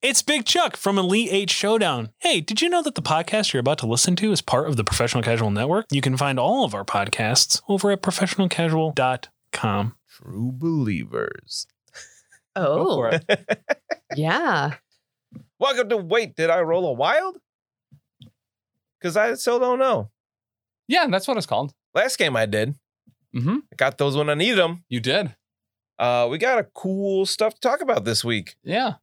It's Big Chuck from Elite Eight Showdown. Hey, did you know that the podcast you're about to listen to is part of the Professional Casual Network? You can find all of our podcasts over at professionalcasual.com. True believers. Oh, Go for it. yeah. Welcome to Wait, Did I Roll a Wild? Because I still don't know. Yeah, that's what it's called. Last game I did, Mm-hmm. I got those when I needed them. You did. Uh, we got a cool stuff to talk about this week. Yeah.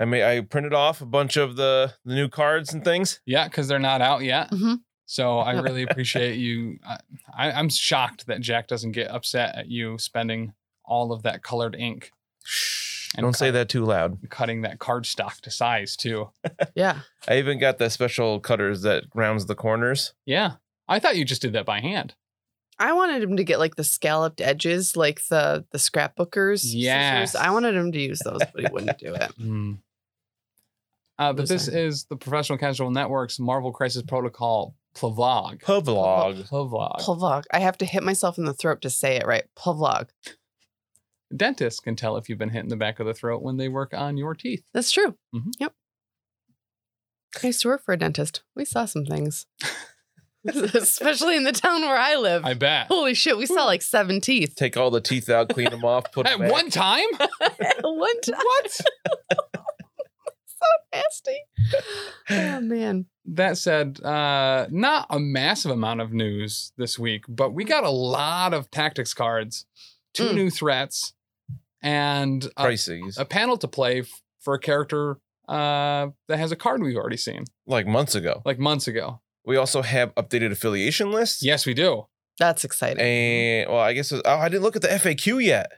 I mean, I printed off a bunch of the, the new cards and things. Yeah, because they're not out yet. Mhm. So I really appreciate you. I, I, I'm shocked that Jack doesn't get upset at you spending all of that colored ink Shh, And don't say cut. that too loud. and cutting that card stock to size too. Yeah. I even got the special cutters that rounds the corners. Yeah. I thought you just did that by hand. I wanted him to get like the scalloped edges, like the the scrapbookers. scissors. Yes. I wanted him to use those, but he wouldn't do it. Hmm. Uh, but this Listen. is the Professional Casual Network's Marvel Crisis Protocol Plavlog. Pavlog. Plavlog. Plavlog. I have to hit myself in the throat to say it right. Plavlog. Dentists can tell if you've been hit in the back of the throat when they work on your teeth. That's true. Mhm. Yep. I used to work for a dentist. We saw some things, especially in the town where I live. I bet. Holy shit, we saw like seven teeth Take all the teeth out, clean them off, put At them back. one time? at one time. What? Nasty. Oh man. That said, uh, not a massive amount of news this week, but we got a lot of tactics cards, two Mm. new threats, and a, Crises. a panel to play f- for a character uh, that has a card we've already seen like months ago. like months ago. We also have updated affiliation lists. Yes, we do. That's exciting. And well, I guess it was- oh, I didn't look at the FAQ yet.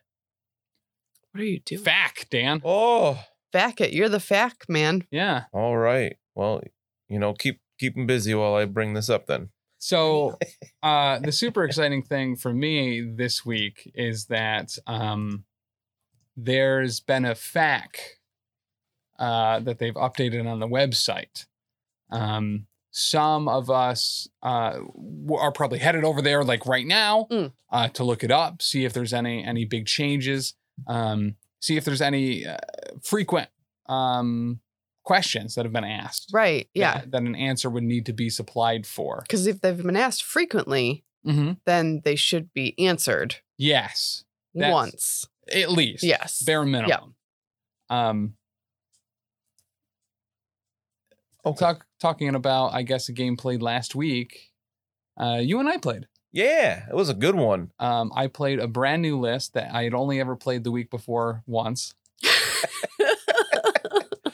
what are you doing? Fact, Dan. Oh, Fack it. You're the fack man. Yeah. all right. Well, you know, keep keep them busy while I bring this up. Then So uh, the super exciting thing for me this week is that um, there's been a fact uh, that they've updated on the website. Um, some of us uh, w- are probably headed over there like right now Mm. uh, to look it up, see if there's any any big changes, um, see if there's any uh, frequent um, questions that have been asked. Right. Yeah. That, that an answer would need to be supplied for. Because if they've been asked frequently, Mm-hmm. then they should be answered Yes, That's- once. at least. Yes. bare minimum. Um, Okay. talk, talking about I guess a game played last week. Uh, you and I played. yeah, it was a good one. Um, I played a brand new list that I had only ever played the week before once.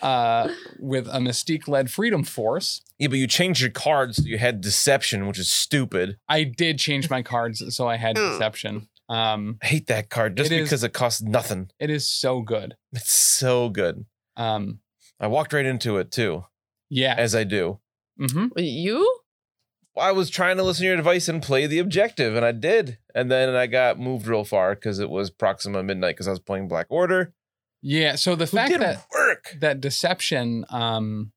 uh, with a Mystique led Freedom Force. Yeah, but you changed your cards. So you had deception, which is stupid. I did change my cards, so I had Hmm. Mm. Deception. Um, I hate that card just It is- because it costs nothing. it is so good. It's so good. Um, I walked right into it too, yeah. as I do. hmm you? I was trying to listen to your advice and play the objective, and I did. And then I got moved real far because it was Proxima Midnight because I was playing Black Order. Yeah. So the Who fact did that work. that deception um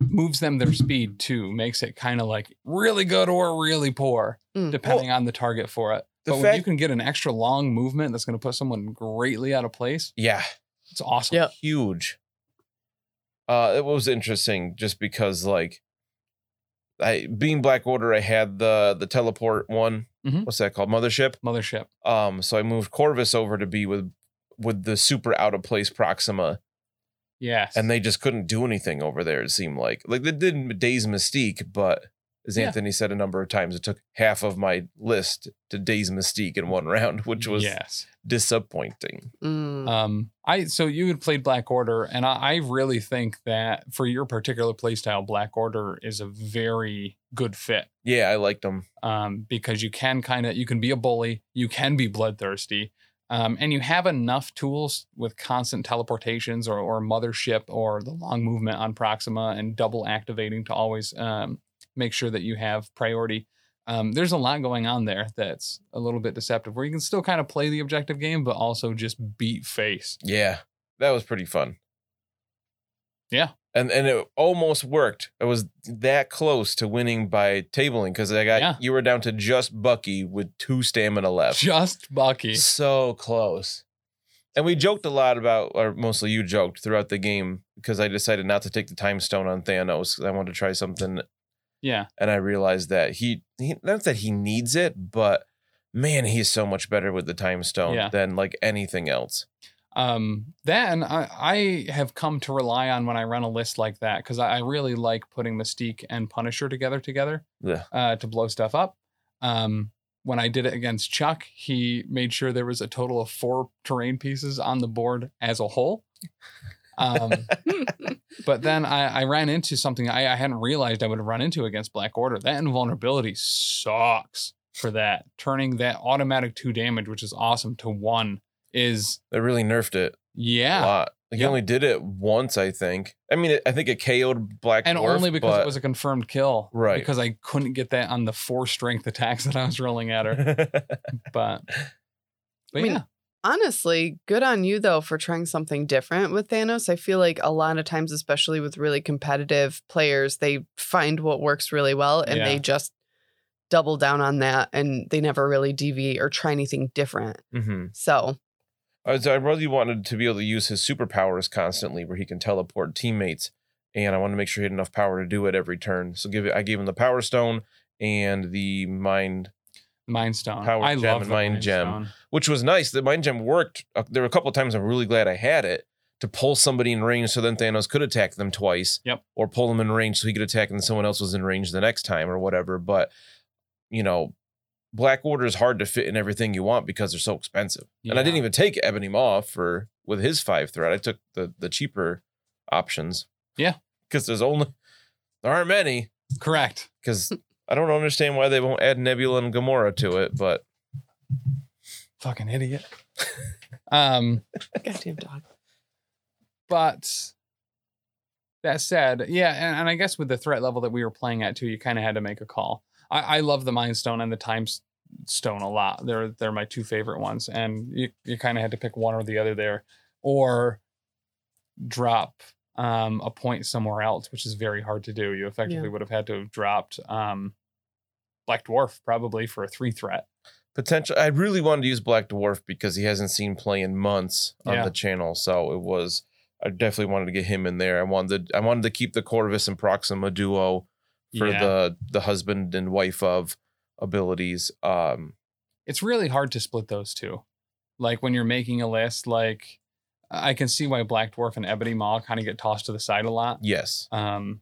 moves them their speed too makes it kind of like really good or really poor Mm. depending on the target for it the but when you fact- can get an extra long movement that's going to put someone greatly out of place Yeah, it's awesome Yeah. huge. Uh, it was interesting just because like I being Black Order, I had the the teleport one. Mhm. What's that called? Mothership. mothership Um, so I moved Corvus over to be with with the super out of place Proxima, yes and they just couldn't do anything over there. It seemed like like they did Days Mystique, but as Yeah. Anthony said a number of times, it took half of my list to Days Mystique in one round, which was yes disappointing. Mm. um i so you had played black order and i, I really think that for your particular playstyle black order is a very good fit Yeah, I liked them. um, because you can kind of you can be a bully, you can be bloodthirsty, um, and you have enough tools with constant teleportations or, or mothership or the long movement on Proxima and double activating to always um, make sure that you have priority. Um, there's a lot going on there that's a little bit deceptive, where you can still kind of play the objective game, but also just beat face. Yeah, that was pretty fun. Yeah. and and it almost worked. It was that close to winning by tabling because I got Yeah. you were down to just Bucky with two stamina left. Just Bucky. So close. And we joked a lot about, or mostly you joked throughout the game because I decided not to take the time stone on Thanos 'cause I wanted to try something, Yeah. and I realized that he, he not that he needs it, but man, he's so much better with the time stone Yeah. than like anything else. Um, that and I, I have come to rely on when I run a list like that because I, I really like putting Mystique and Punisher together together Yeah. uh, to blow stuff up. Um, when I did it against Chuck, he made sure there was a total of four terrain pieces on the board as a whole. Um, but then I, I ran into something I, I hadn't realized I would run into against Black Order. That invulnerability sucks for that. Turning that automatic two damage, which is awesome, to one is They really nerfed it a yeah. lot. Like, He Yeah. only did it once, I think. I mean, it, I think it KO'd Black And Dwarf, only because but- it was a confirmed kill. Right. Because I couldn't get that on the four strength attacks that I was rolling at her. But, but I mean, yeah. Honestly, good on you though for trying something different with Thanos. I feel like a lot of times, especially with really competitive players, they find what works really well and Yeah. they just double down on that and they never really deviate or try anything different. Mm-hmm. Mhm. So, I, was, I really wanted to be able to use his superpowers constantly, where he can teleport teammates, and I wanted to make sure he had enough power to do it every turn. So give it, I gave him the Power Stone and the Mind, Mind Stone. Power I Gem love and the Mind Gem. Stone. which was nice. The Mind Gem worked. Uh, There were a couple times I'm really glad I had it to pull somebody in range, so then Thanos could attack them twice. Yep. Or pull them in range so he could attack, and someone else was in range the next time or whatever. But you know. Black Order is hard to fit in everything you want because they're so expensive. And I didn't Yeah. even take Ebony Maw for with his five threat. I took the the cheaper options. Yeah. Because there's only there aren't many. Correct. Because I don't understand why they won't add Nebula and Gamora to it, but Fucking idiot. um, goddamn dog. But that said, yeah, and, and I guess with the threat level that we were playing at too, you kind of had to make a call. I, I love the Mind Stone and the Time S- Stone a lot. They're they're my two favorite ones, and you you kind of had to pick one or the other there, or drop um, a point somewhere else, which is very hard to do. You effectively would have had to have dropped um, Black Dwarf probably for a three threat. potential I really wanted to use Black Dwarf because he hasn't seen play in months on Yeah. the channel. So it was I definitely wanted to get him in there. I wanted I wanted to keep the Corvus and Proxima duo for Yeah. the the husband and wife of abilities. Um it's really hard to split those two. Like when you're making a list, like I can see why Black Dwarf and Ebony Maw kind of get tossed to the side a lot. yes. Um,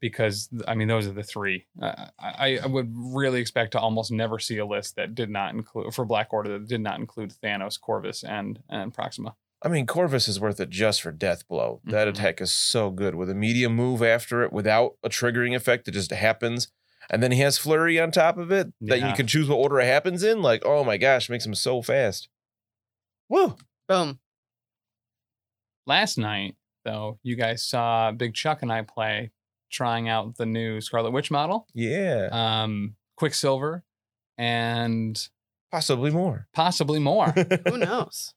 because I mean, those are the three. Uh, I, I would really expect to almost never see a list that did not include for Black Order that did not include Thanos, Corvus, and and Proxima. I mean, Corvus is worth it just for death blow. That Mhm. attack is so good with a medium move after it without a triggering effect. It just happens. And then he has flurry on top of it that you Yeah. can choose what order it happens in. Like, oh my gosh, makes him so fast. Woo! Boom. Last night, though, you guys saw Big Chuck and I play trying out the new Scarlet Witch model, Yeah. um, Quicksilver, and Possibly more. possibly more. Who knows?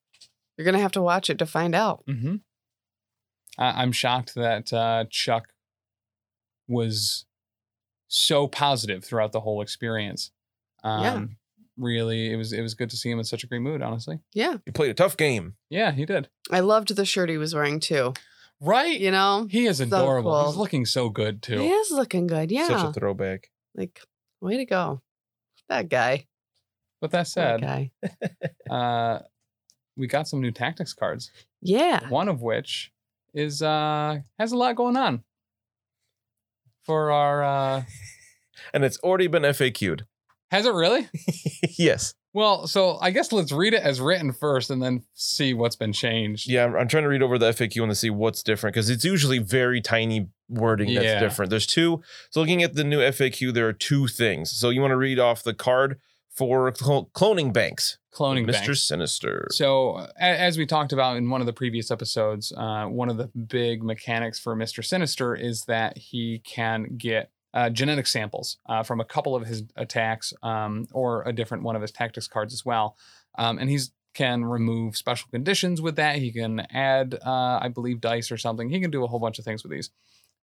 You're going to have to watch it to find out. Mm-hmm. I- I'm shocked that uh, Chuck was so positive throughout the whole experience. Um, Yeah. Really, it was it was good to see him in such a great mood. Honestly, Yeah. you played a tough game. yeah, he did. I loved the shirt he was wearing too. Right, You know? he is adorable. He's cool. looking so good too. He is looking good. Yeah. Such a throwback. like, way to go. That guy. But that That said, guy. uh, we got some new tactics cards. Yeah. One of which is uh, has a lot going on for our. Uh, And it's already been FAQ'd. has it really? yes. Well, so I guess let's read it as written first and then see what's been changed. Yeah, I'm, I'm trying to read over the FAQ and to see what's different because it's usually very tiny wording that's Yeah. different. There's two. So looking at the new FAQ, there are two things. So you want to read off the card for cl- cloning banks, Cloning Mr. banks. Sinister. So, a- as we talked about in one of the previous episodes, uh, one of the big mechanics for Mr. Sinister is that he can get uh, genetic samples uh, from a couple of his attacks um, or a different one of his tactics cards as well. Um, and he's can remove special conditions with that. He can add, uh, I believe, dice or something. He can do a whole bunch of things with these.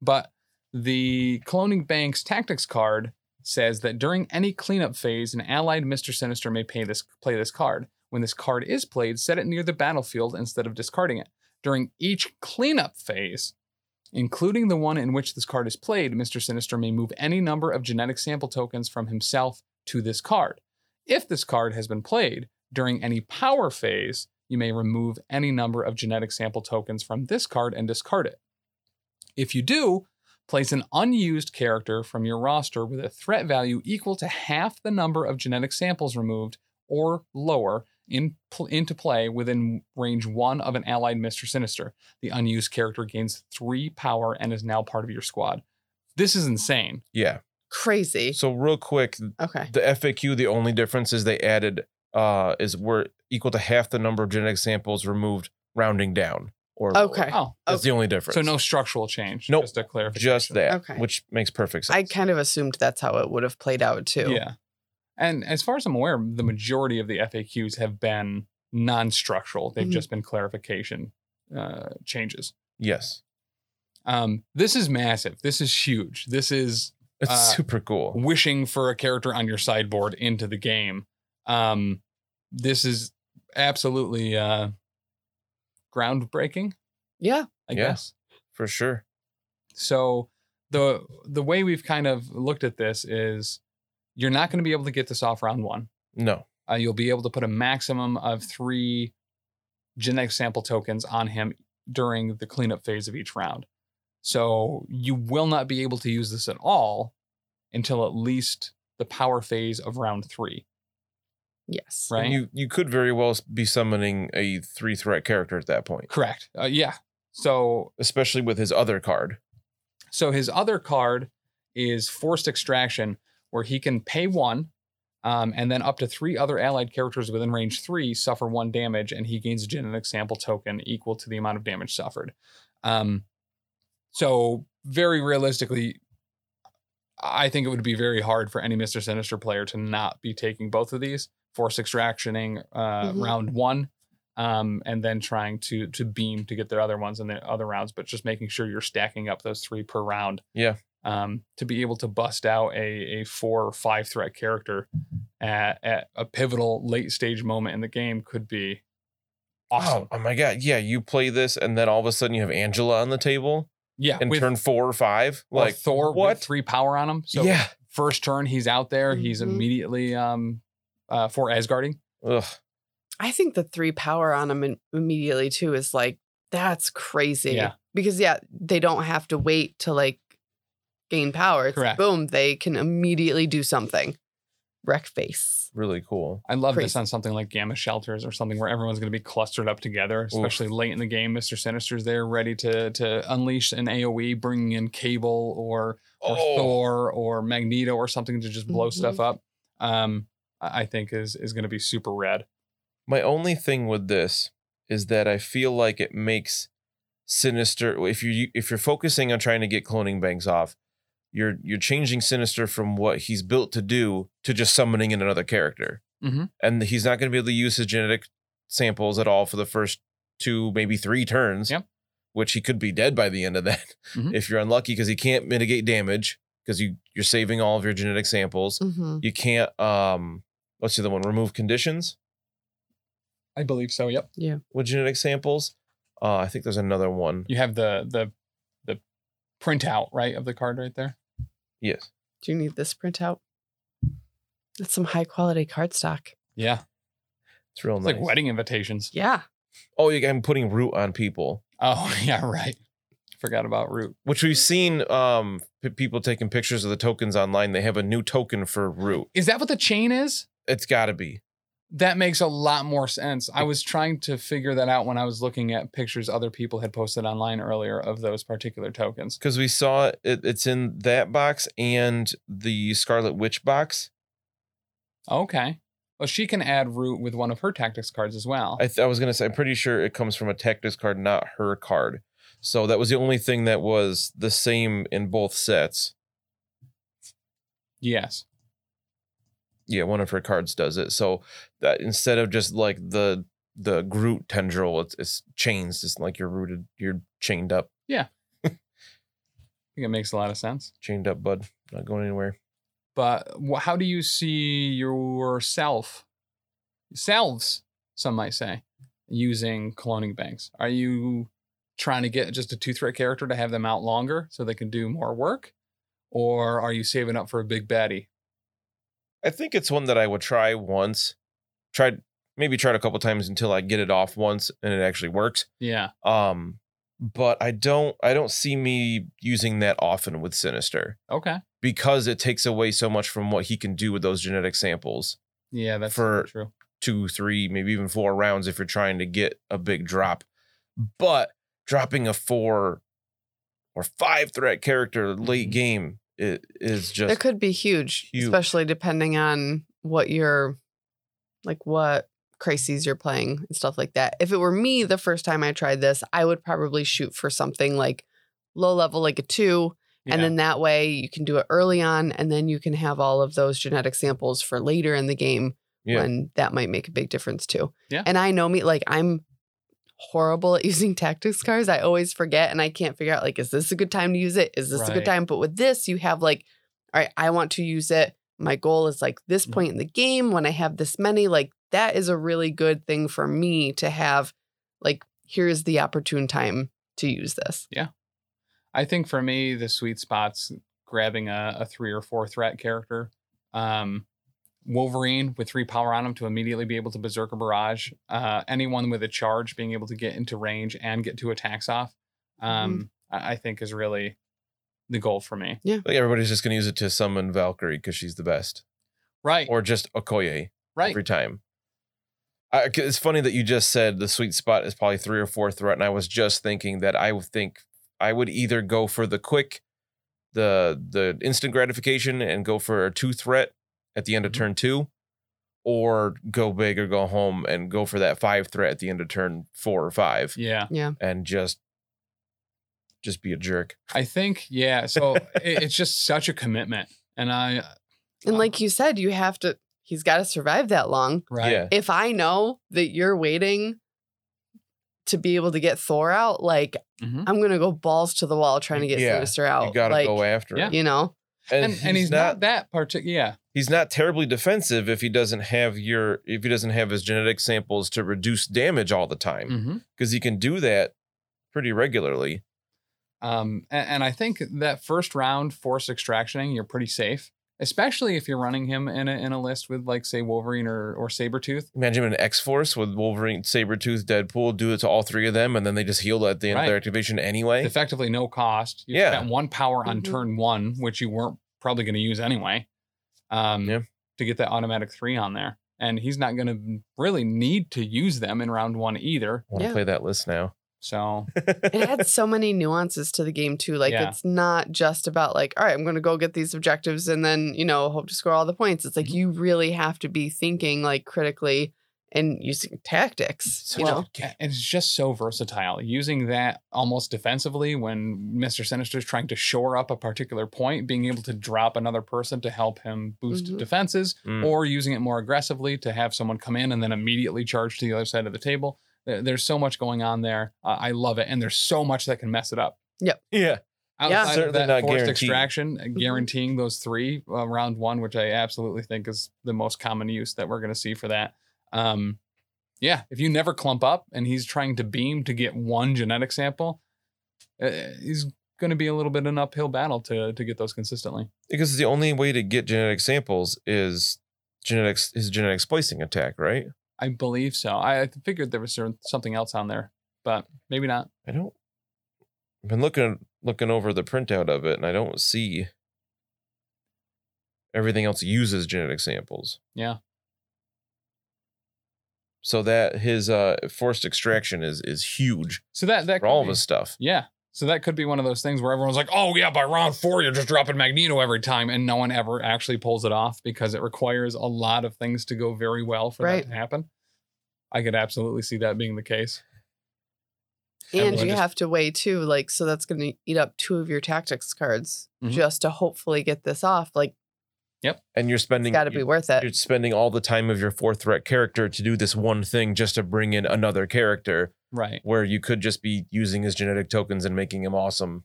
But the Cloning Bank's tactics card says that during any cleanup phase, an allied Mr. Sinister may pay this play this card. When this card is played, set it near the battlefield instead of discarding it. During each cleanup phase, including the one in which this card is played, Mr. Sinister may move any number of genetic sample tokens from himself to this card. If this card has been played during any power phase, you may remove any number of genetic sample tokens from this card and discard it. If you do, place an unused character from your roster with a threat value equal to half the number of genetic samples removed or lower in pl- into play within range one of an allied Mr. Sinister. The unused character gains three power and is now part of your squad. This is insane. Yeah. Crazy. So real quick, Okay. the FAQ, the only difference is they added uh is we're equal to half the number of genetic samples removed rounding down. Or lower. Okay. Oh, That's the only difference. so no structural change. Nope. Just a clarification. just that. Okay. Which makes perfect sense. I kind of assumed that's how it would have played out too. Yeah. And as far as I'm aware, the majority of the FAQs have been non structural, they've Mhm. just been clarification uh, changes. yes. Um, this is massive. This is huge. This is It's Uh, super cool. wishing for a character on your sideboard into the game. Um, this is absolutely uh, groundbreaking, Yeah. I Yeah. guess. For sure. So the the way we've kind of looked at this is you're not going to be able to get this off round one. No. Uh, you'll be able to put a maximum of three genetic sample tokens on him during the cleanup phase of each round. So you will not be able to use this at all until at least the power phase of round three, Yes. right? You you could very well be summoning a three threat character at that point. Correct. Uh, yeah. So Especially with his other card. So his other card is Forced Extraction, where he can pay one, um, and then up to three other allied characters within range three suffer one damage, and he gains a genetic sample token equal to the amount of damage suffered. Um, so very realistically, I think it would be very hard for any Mister Sinister player to not be taking both of these Forced Extractioning uh, Mhm. round one. Um, and then trying to to beam to get their other ones in the other rounds, but just making sure you're stacking up those three per round um, to be able to bust out a, a four or five threat character at, at a pivotal late stage moment in the game could be awesome. Oh, oh my god. Yeah, you play this and then all of a sudden you have Angela on the table yeah, in with turn four or five. well, Like Thor what? with three power on him. So yeah. first turn he's out there. He's Mhm. immediately um, uh, for Asgarding. Ugh. I think the three power on him in- immediately too is like that's crazy. Yeah. Because yeah, they don't have to wait to like gain power. It's Correct. boom, they can immediately do something. Wreck face. Really cool. I love this Crazy. on something like Gamma Shelters or something where everyone's going to be clustered up together, especially late in the game. Mister Sinister's there, ready to to unleash an AOE, bringing in Cable or or Oh. Thor or Magneto or something to just blow stuff Mm-hmm. up. Um, I I think is is going to be super rad. My only thing with this is that I feel like it makes Sinister if you if you're focusing on trying to get cloning banks off, you're you're changing Sinister from what he's built to do to just summoning in another character. Mhm. And he's not going to be able to use his genetic samples at all for the first two, maybe three turns. Yep. Which he could be dead by the end of that Mhm. if you're unlucky because he can't mitigate damage because you you're saving all of your genetic samples. Mm-hmm. You can't um what's the other one? Remove conditions I believe so. Yep. with genetic samples. Uh, I think there's another one. You have the the the printout right of the card right there. Yes. Do you need this printout? That's some high quality cardstock. Yeah, it's It's real nice. like wedding invitations. Yeah. Oh, yeah, I'm putting root on people, Oh yeah, right. Forgot about root. which we've seen um, p- people taking pictures of the tokens online. They have a new token for root. Is that what the chain is? It's got to be. That makes a lot more sense. I was trying to figure that out when I was looking at pictures other people had posted online earlier of those particular tokens. Because we saw it, it- it's in that box and the Scarlet Witch box. Okay. Well, she can add root with one of her tactics cards as well. I, th- I was going to say, I'm pretty sure it comes from a Tactics card, not her card. So that was the only thing that was the same in both sets. yes. yeah one of her cards does it so that instead of just like the the groot tendril it's, it's chains it's like you're rooted you're chained up I think it makes a lot of sense. chained up bud not going anywhere But wh- how do you see yourself, selves some might say, using cloning banks? Are you trying to get just a two threat character to have them out longer so they can do more work? Or are you saving up for a big baddie? I think it's one that I would try once. Tried maybe tried a couple times until I get it off once and it actually works. Yeah. Um, but I don't I don't see me using that often with Sinister Okay. because it takes away so much from what he can do with those genetic samples. Yeah, that's For- true. Two, three, maybe even four rounds if you're trying to get a big drop. But dropping a four or five threat character late game i- is That just could be huge, huge. especially depending on what you're like what crises you're playing and stuff like that. If it were me the first time I tried this, I would probably shoot for something like low level like a 2 Yeah. and then that way you can do it early on and then you can have all of those genetic samples for later in the game Yeah. when that might make a big difference too. Yeah. And I know me like I'm horrible at using tactics cards. I always forget and I can't figure out like is this a good time to use it? Is this a Right. good time? But with this you have like all right, I want to use it. My goal is like this Mhm. point in the game when I have this many like that is a really good thing for me to have like here is the opportune time to use this. I think for me, the sweet spot's grabbing a, a three or four threat character. Um, Wolverine with three power on him to immediately be able to berserk a barrage. Uh, anyone with a charge being able to get into range and get two attacks off, um, I, I think is really the goal for me. like everybody's just gonna use it to summon Valkyrie because she's the best. Right. Or just Okoye. right. every time. I, 'cause it's funny that you just said the sweet spot is probably three or four threat, and I was just thinking that I would think I would either go for the quick, the the instant gratification, and go for a two threat at the end of Mhm. turn two, or go big or go home and go for that five threat at the end of turn four or five, yeah. and just just be a jerk. I think, yeah. So it, it's just such a commitment. And I, And Um, like you said, you have to he's got to survive that long. right. Yeah, If I know that you're waiting to be able to get Thor out, like Mhm. I'm gonna go balls to the wall trying to get Yeah, Sinister out. you gotta like, go after Yeah. it. You know, And, and he's not, that particular. Yeah. he's not terribly defensive if he doesn't have your if he doesn't have his genetic samples to reduce damage all the time Mm-hmm. because he can do that pretty regularly. Um, a- and, I think that first round force extractioning, you're pretty safe, especially if you're running him in a, in a list with like say Wolverine or or Sabretooth. Imagine an X Force with Wolverine, Sabretooth, Deadpool do it to all three of them and then they just heal at the end of their Right. activation anyway. Effectively no cost. You Yeah. spent one power on Mhm. turn one, which you weren't probably going to use anyway. Um, Yeah. to get that automatic three on there. And he's not going to really need to use them in round one either. I want to Yeah. play that list now. So it adds so many nuances to the game too. Like Yeah. it's not just about like, all right, I'm gonna go get these objectives and then, you know, hope to score all the points. It's like Mm-hmm. Mhm. you really have to be thinking like critically and using tactics, you Well, know. a- and it's just so versatile. Using that almost defensively when Mr. Sinister's trying to shore up a particular point, being able to drop another person to help him boost Mhm. defenses, Mm. or using it more aggressively to have someone come in and then immediately charge to the other side of the table. There- There's so much going on there. Uh, I love it. And there's so much that can mess it up. yeah. Yeah. Outside of Certainly that not forced guaranteed. extraction, uh, guaranteeing those three uh, round one, which I absolutely think is the most common use that we're going to see for that. Um, yeah, if you never clump up and he's trying to beam to get one genetic sample, uh, he's going to be a little bit of an uphill battle to to get those consistently. Because the only way to get genetic samples is genetics his genetic splicing attack, right? I believe so. I I figured there was cer- something else on there, but maybe not. I don't I've been looking looking over the printout of it and I don't see everything else uses genetic samples. Yeah. So that his uh forced extraction is is huge So that that for could all of be- his stuff. Yeah. So that could be one of those things where everyone's like, oh, yeah, by round four, you're just dropping Magneto every time. And no one ever actually pulls it off because it requires a lot of things to go very well for Right. that to happen. I could absolutely see that being the case. And Everyone you just- have to weigh too, like, so that's going to eat up two of your tactics cards Mhm. just to hopefully get this off. Like, And you're it's spending got to be you're, worth it. spending all the time of your fourth threat character to do this one thing just to bring in another character Right. where you could just be using his genetic tokens and making him awesome.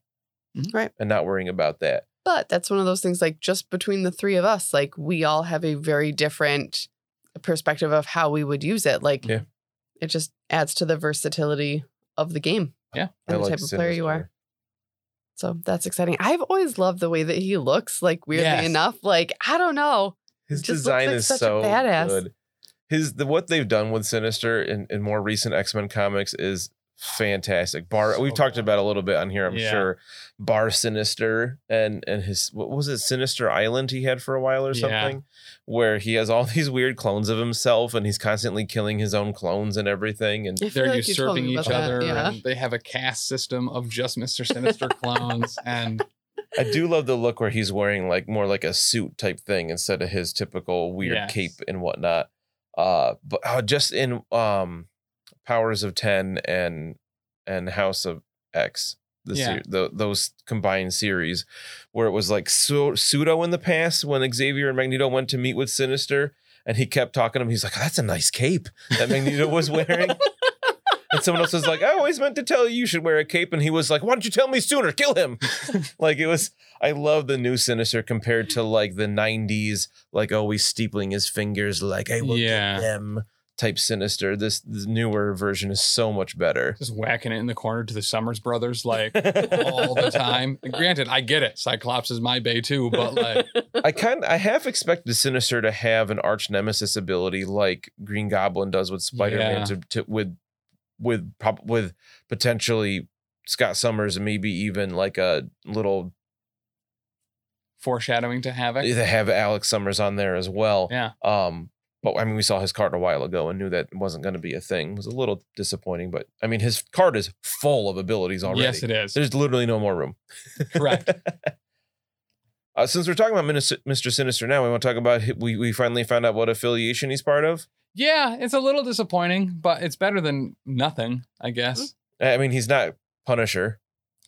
Mhm. Right. And not worrying about that. But that's one of those things, like, just between the three of us, like, we all have a very different perspective of how we would use it. Like, Yeah. it just adds to the versatility of the game I and the like type of player you Sinister. are. So that's exciting. I've always loved the way that he looks. Like weirdly Yes. enough, like I don't know. His Just looks design like is such a so badass. good. His the what they've done with Sinister in, in more recent X Men comics is fantastic. Bar So we've talked good. about it a little bit on here, I'm Yeah. sure. Bar Sinister and and his what was it Sinister Island he had for a while or Yeah. something, where he has all these weird clones of himself and he's constantly killing his own clones and everything. And I feel They're like you told usurping me each about that, other. Yeah. And they have a caste system of just Mr. Sinister clones. and I do love the look where he's wearing like more like a suit type thing instead of his typical weird Yes. cape and whatnot. Uh, but uh, just in um, Powers of Ten and and House of X, the, Yeah. ser- tho- those combined series, where it was like so- pseudo in the past when Xavier and Magneto went to meet with Sinister, and he kept talking to him. He's like, "That's a nice cape that Magneto was wearing." And someone else was like, I always meant to tell you you should wear a cape. And he was like, Why don't you tell me sooner? Kill him. like it was, I love the new Sinister compared to like the 90s, like always steepling his fingers, like, I will Yeah. get them type Sinister. This, this newer version is so much better. just whacking it in the corner to the Summers brothers like all the time. And granted, I get it. Cyclops is my bay too, but like I kind I half expected Sinister to have an arch nemesis ability like Green Goblin does with Spider-Man Yeah. to, to with with prob- with potentially Scott Summers and maybe even like a little foreshadowing to havoc. they have Alex Summers on there as well. Yeah. Um, but I mean, we saw his card a while ago and knew that wasn't going to be a thing. It was a little disappointing, but I mean, his card is full of abilities already. Yes, it is. There's literally no more room. Correct. Uh, since we're talking about Minis- Mr. Sinister now, we want to talk about hi- we we finally found out what affiliation he's part of. Yeah, it's a little disappointing, but it's better than nothing, I guess. I mean, he's not Punisher,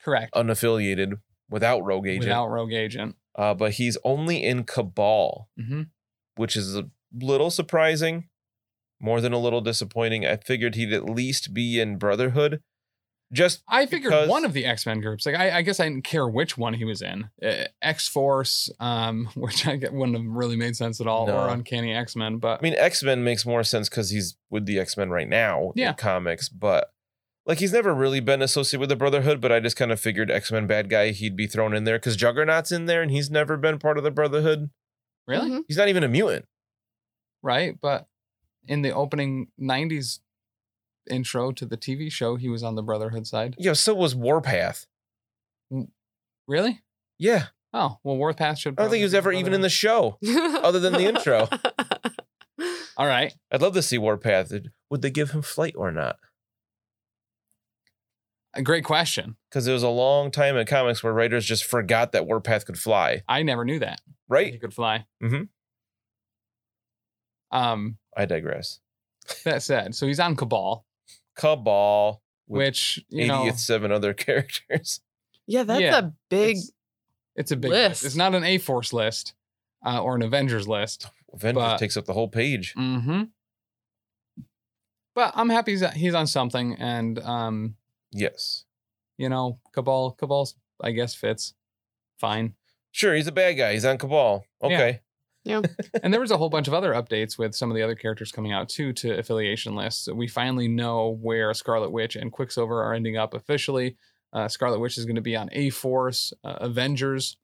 Correct. unaffiliated, without Rogue Agent, Without rogue agent. uh, but he's only in Cabal. hmm which is a little surprising, more than a little disappointing. I figured he'd at least be in Brotherhood. Just I figured Because- one of the X Men groups. Like I, I guess I didn't care which one he was in. Uh, X Force, um, which I get wouldn't have really made sense at all, No. or Uncanny X Men. But I mean, X Men makes more sense because he's with the X Men right now Yeah. in comics, but like he's never really been associated with the Brotherhood. But I just kind of figured X Men bad guy he'd be thrown in there because Juggernaut's in there and he's never been part of the Brotherhood. really, Mhm. He's not even a mutant. right? But in the opening '90s intro to the TV show, he was on the Brotherhood side. Yeah, so was Warpath. Really? Yeah, Oh well, Warpath should. I don't think he was ever even in the show. Mm-hmm. Other than the intro. All right. I'd love to see Warpath. Would they give him flight or not? A great question. Because it was a long time in comics where writers just forgot that Warpath could fly, I never knew that. right? He could fly. Mhm. Um. I digress. That said, so he's on Cabal, Cabal with which you know, 87 other characters. yeah, that's Yeah, a big. it's, it's a big list. list. It's not an A Force list uh, or an Avengers list. Avengers But- takes up the whole page. Mm-hmm. But I'm happy he's, he's on something, and um, Yes. you know, Cabal, Cabal, I guess fits fine. Sure, he's a bad guy. He's on Cabal. Okay. and there was a whole bunch of other updates with some of the other characters coming out too to affiliation lists. We finally know where Scarlet Witch and Quicksilver are ending up officially. Uh, Scarlet Witch is going to be on A Force, uh, Avengers,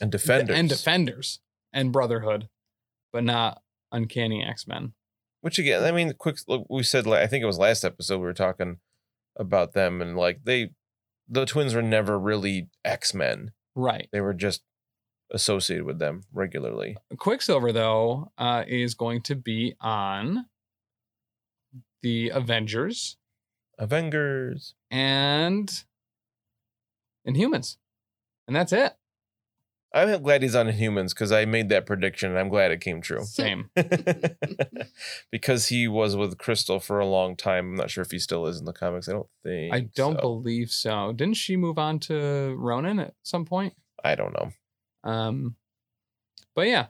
And Defenders. and Defenders, and Brotherhood, but not Uncanny X Men. Which again, I mean, quick look, we said like, I think it was last episode we were talking about them and like they the twins were never really X-Men. Right. They were just associated with them regularly. Quicksilver though uh, is going to be on the Avengers Avengers. and Inhumans, and that's it. I'm glad he's on Humans because I made that prediction and I'm glad it came true. Same. because he was with Crystal for a long time. I'm not sure if he still is in the comics. I don't think. I don't so. believe so. Didn't she move on to Ronan at some point? I don't know. Um, but yeah,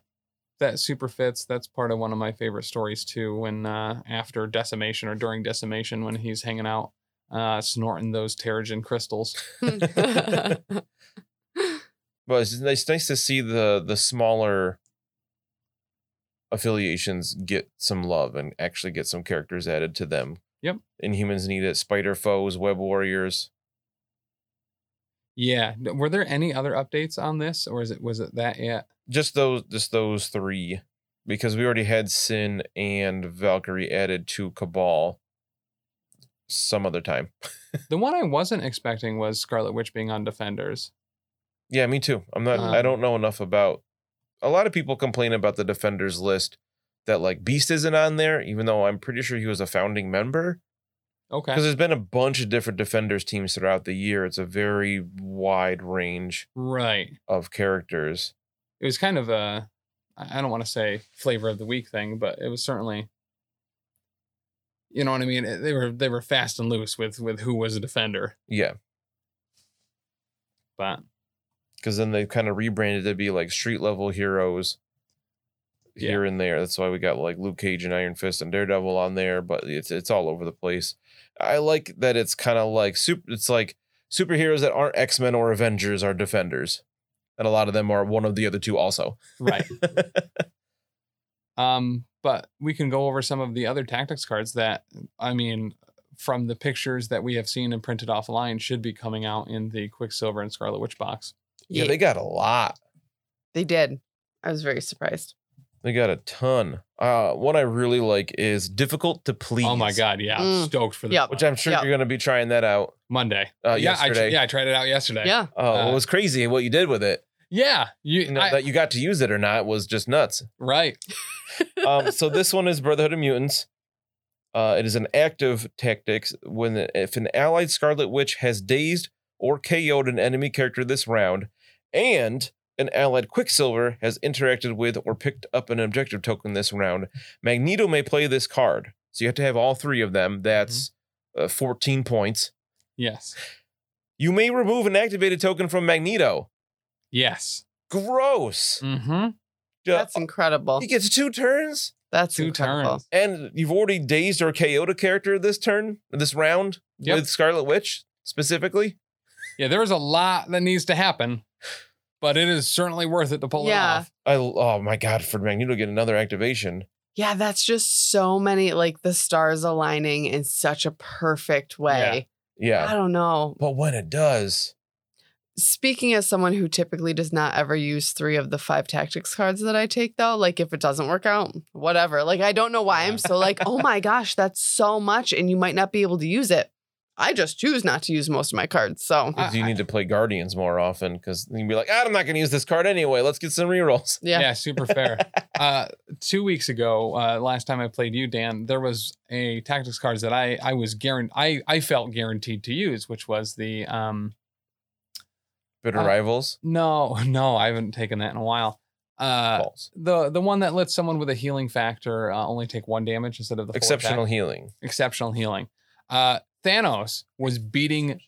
that super fits. That's part of one of my favorite stories too. When uh, after decimation or during decimation, when he's hanging out, uh, snorting those Terrigen crystals. But it's nice, nice to see the the smaller affiliations get some love and actually get some characters added to them. Yep. Inhumans need it. Spider foes, web warriors. Yeah. Were there any other updates on this, or is it was it that yet? Just those just those three. Because we already had Sin and Valkyrie added to Cabal some other time. The one I wasn't expecting was Scarlet Witch being on Defenders. Yeah, me too. I'm not. I Um, don't know enough about. A lot of people complain about the defenders list that like Beast isn't on there, even though I'm pretty sure he was a founding member. Okay. Because there's been a bunch of different defenders teams throughout the year. It's a very wide range Right. of characters. It was kind of a I I don't want to say flavor of the week thing, but it was certainly you know what I mean? They were they were fast and loose with with who was a defender. Yeah, But because then they kind of rebranded to be like street level heroes Yeah. here and there. That's why we got like Luke Cage and Iron Fist and Daredevil on there, but it's it's all over the place. I like that it's kind of like super. It's like superheroes that aren't X Men or Avengers are Defenders, and a lot of them are one of the other two also. right. Um, but we can go over some of the other tactics cards that, I mean, from the pictures that we have seen and printed offline, should be coming out in the Quicksilver and Scarlet Witch box. yeah, they got a lot. they did. I was very surprised. They got a ton. Uh, one I really like is difficult to please. Oh my god, yeah, Mm. stoked for this. Yep. one. Which I'm sure Yeah. you're going to be trying that out. Monday. Uh, yeah, I, tr- yesterday. yeah, I tried it out yesterday. Yeah. Oh, Uh, it was crazy what you did with it. yeah, you No, I- that you got to use it or not was just nuts. right. um, so this one is Brotherhood of Mutants. Uh, it is an active tactics when if an allied Scarlet Witch has dazed or KO'd an enemy character this round, and an allied Quicksilver has interacted with or picked up an objective token this round, Magneto may play this card. So you have to have all three of them. That's uh, 14 points. Yes, You may remove an activated token from Magneto. yes. Gross. Mm-hmm. Ju- That's incredible. he gets two turns. That's Two incredible. turns. And you've already dazed or KO'd a character this turn, this round Yep. with Scarlet Witch specifically. Yeah, there is a lot that needs to happen, but it is certainly worth it to pull Yeah. it off. I oh my god, for Magneto to get another activation. Yeah, that's just so many like the stars aligning in such a perfect way. I Yeah, don't know. but when it does, Speaking as someone who typically does not ever use three of the five tactics cards that I take, though, like if it doesn't work out, whatever. Like, I don't know why Yeah. I'm so like, oh my gosh, that's so much, and you might not be able to use it. I just choose not to use most of my cards. So, 'cause I- you I- need to play Guardians more often because you can be like, "Ah, I'm not going to use this card anyway. Let's get some rerolls. yeah. yeah super fair. uh, two weeks ago, uh, last time I played you, Dan, there was a tactics cards that I I was guaranteed I I felt guaranteed to use, which was the um Bitter Uh, rivals. no no I haven't taken that in a while. Uh, False. the the one that lets someone with a healing factor uh, only take one damage instead of the full attack. Exceptional healing. exceptional healing. Uh, Thanos was beating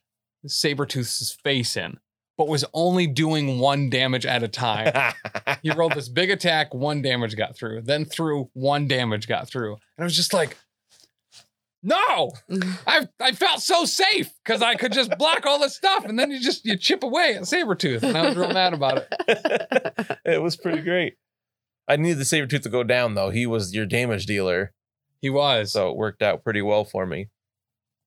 Sabretooth's face in, but was only doing one damage at a time. he rolled this big attack, one damage got through, then through, one damage got through. And I was just like, no, I I felt so safe because I could just block all this stuff. And then you just you chip away at Sabretooth. And I was real mad about it. it was pretty great. I needed the Sabretooth to go down though. He was your damage dealer, He was. so it worked out pretty well for me.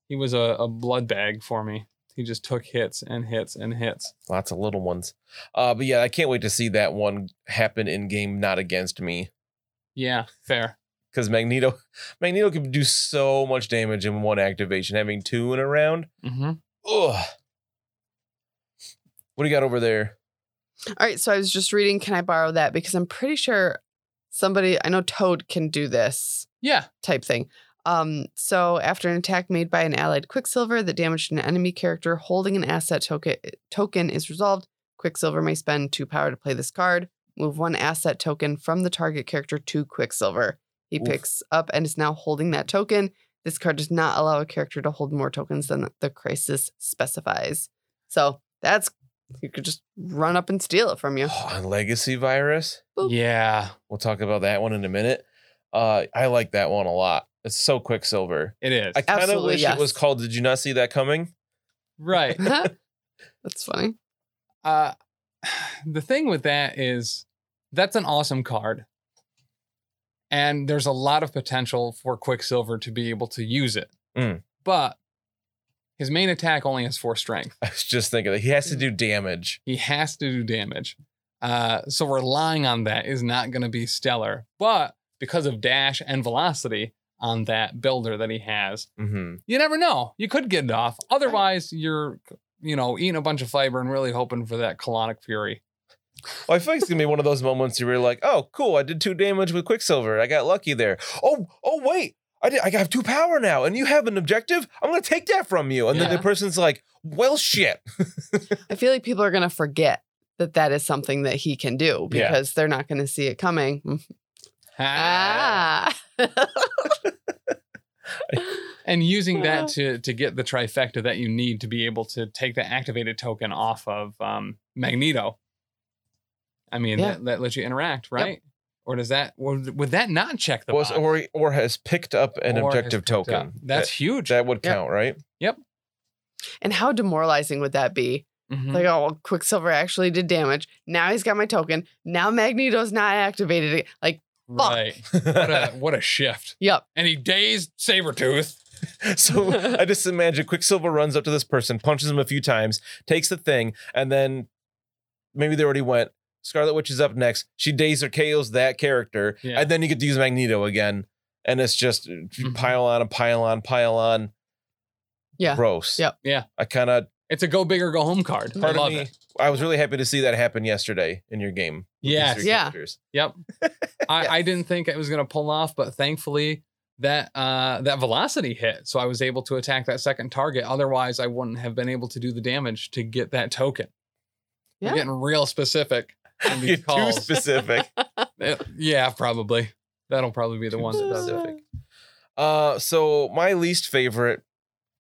He was a, a blood bag for me. He just took hits and hits and hits. lots of little ones. Uh, but yeah, I can't wait to see that one happen in game, not against me, Yeah, fair. because Magneto, Magneto can do so much damage in one activation. Having two in a round, Mm-hmm. ugh. What do you got over there? All right, so I was just reading. Can I borrow that? Because I'm pretty sure somebody I know Toad can do this Yeah. type thing. Um, so after an attack made by an allied Quicksilver that damaged an enemy character holding an asset token token is resolved, Quicksilver may spend two power to play this card. Move one asset token from the target character to Quicksilver. He Oof. picks up and is now holding that token. This card does not allow a character to hold more tokens than the crisis specifies. So that's you could just run up and steal it from you. Oh, on Legacy Virus. Boop. Yeah, We'll talk about that one in a minute. Uh, I like that one a lot. It's so Quicksilver. it is. I kind of Absolutely, wish it was yes. called. Did you not see that coming? right. that's funny. Uh, the thing with that is that's an awesome card. And there's a lot of potential for Quicksilver to be able to use it. Mm. But his main attack only has four strength. I was just thinking that he has to Mm. do damage. He has to do damage. Uh, so relying on that is not going to be stellar. But because of dash and velocity on that builder that he has, hmm you never know. You could get it off. Otherwise, you're, you know, eating a bunch of fiber and really hoping for that colonic fury. Well, I feel like it's gonna be one of those moments where you're like, "Oh, cool! I did two damage with Quicksilver. I got lucky there. Oh, oh wait, I did. I have two power now, and you have an objective. I'm gonna take that from you." And then Yeah. the person's like, "Well, shit." I feel like people are going to forget that that is something that he can do Yeah. because they're not going to see it coming. Mm. Ah. And using Ah. that to to get the trifecta that you need to be able to take the activated token off of um, Magneto. I mean, Yeah. that, that lets you interact, right? Or does that would, would that not check the Was box? or or has picked up an Or has objective picked up. token. That's that, huge. that would Yep. count, right? and how demoralizing would that be? Mhm. Like, oh, well, Quicksilver actually did damage. Now he's got my token. Now Magneto's not activated. ag- Like, fuck. right. What a what a shift. yep. And he dazed Sabretooth. So I just imagine Quicksilver runs up to this person, punches him a few times, takes the thing, and then maybe they already went. Scarlet Witch is up next. She dazed or KOs that character, Yeah. Mm-hmm. and then you get to use Magneto again. And it's just pile on and pile on, pile on. Yeah. Gross. Yep. Yeah. I kind of, It's a go big or go home card. I part of love me, it. I was really happy to see that happen yesterday in your game. with these Yes. three Yeah. characters. Yep. I, Yes. I didn't think it was gonna pull off, but thankfully that uh that velocity hit. So I was able to attack that second target. Otherwise, I wouldn't have been able to do the damage to get that token. Yeah. We're getting real specific in You're these too calls. specific. Uh, yeah, probably. That'll probably be the one that does it. specific. Uh, so my least favorite,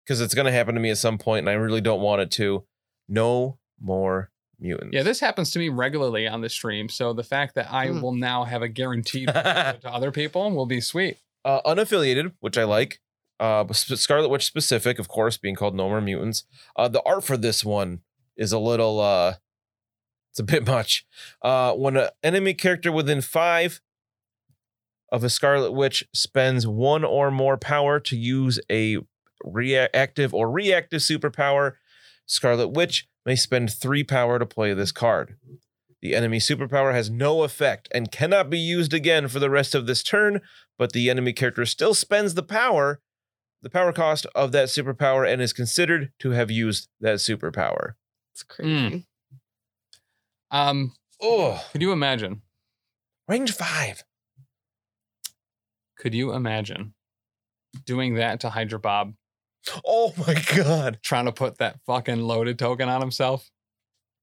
because it's gonna happen to me at some point, and I really don't want it to. No more mutants. Yeah, this happens to me regularly on the stream. So the fact that I Hmm. Mm. will now have a guaranteed uh, to other people will be sweet. unaffiliated, which I like. Uh, but sp- Scarlet Witch specific, of course, being called No More Mutants. Uh, the art for this one is a little. Uh, it's a bit much. Uh, when an enemy character within five of a Scarlet Witch spends one or more power to use a reactive or reactive superpower, Scarlet Witch may spend three power to play this card. The enemy superpower has no effect and cannot be used again for the rest of this turn, but the enemy character still spends the power, the power cost of that superpower, and is considered to have used that superpower. It's Mm. crazy. Um, Oh, could you imagine? range five. Could you imagine doing that to Hydra Bob, Oh my god. trying to put that fucking loaded token on himself?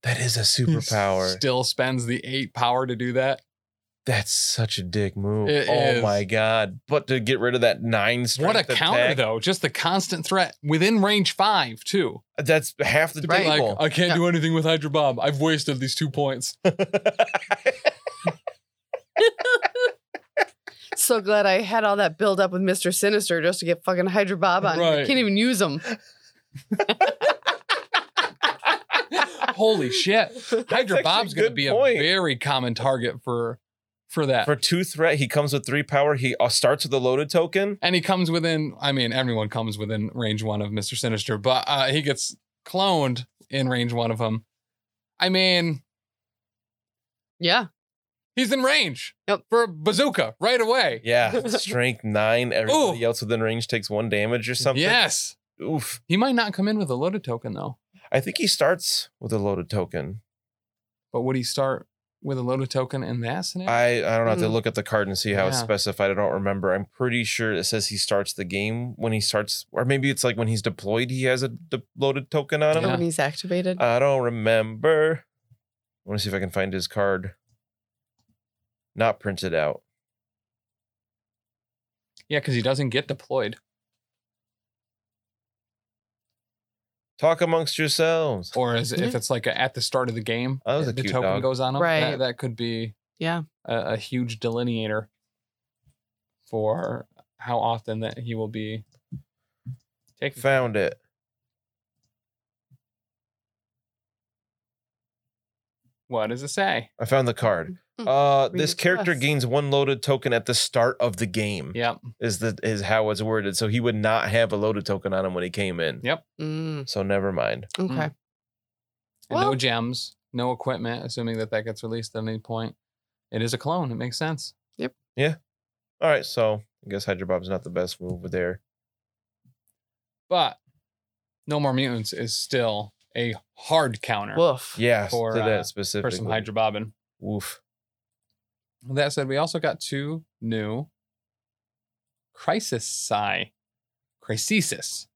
That is a He superpower. Still spends the eight power to do that. That's such a dick move. It oh is. my god! But to get rid of that nine strength What a counter attack, though! Just the constant threat within range five too. That's half the To be table. like, I can't Yeah. do anything with Hydra Bob. I've wasted these two points. So glad I had all that build up with Mr. Sinister just to get fucking Hydra Bob on. Right. Can't even use him. Holy shit! Hydra actually Bob's a going to good be point. a very common target for for that. For two threat, he comes with three power. He uh, starts with a loaded token. and he comes within i mean everyone comes within range one of mr sinister but uh, he gets cloned in range one of him i mean Yeah. he's in range Yep. for a bazooka right away Yeah, strength nine. Everybody else within range takes one damage or something. yes Oof. he might not come in with a loaded token though I think he starts with a loaded token. but would he start with a loaded token in that scenario I I don't know. I have to Mm. look at the card and see how it's Yeah. specified. I don't remember. I'm pretty sure it says he starts the game when he starts, or maybe it's like when he's deployed. He has a de- loaded token on him. So Yeah. Uh, When he's activated. I don't remember. I want to see if I can find his card. Not printed out. yeah because he doesn't get deployed Talk amongst yourselves. or is if Yeah. it's like a, at the start of the game That was a the cute token dog. goes on him Right. that, that could be yeah. a, a huge delineator for how often that he will be taken. Found it. What does it say? I found the card. Mm. Uh, Read this it to character us. gains one loaded token at the start of the game. Yep. Is the is how it's worded. So he would not have a loaded token on him when he came in. Yep. Mm, So never mind. okay. Mm. And Well- no gems, no equipment, assuming that that gets released at any point. It is a clone. It makes sense. All right. So I guess Hydra Bob's not the best move there. But No More Mutants is still a hard counter Woof. Yes. For, to uh, that for specifically. some Hydra Bobbin. Woof. That said, we also got two new Crisis Psy. Crisis.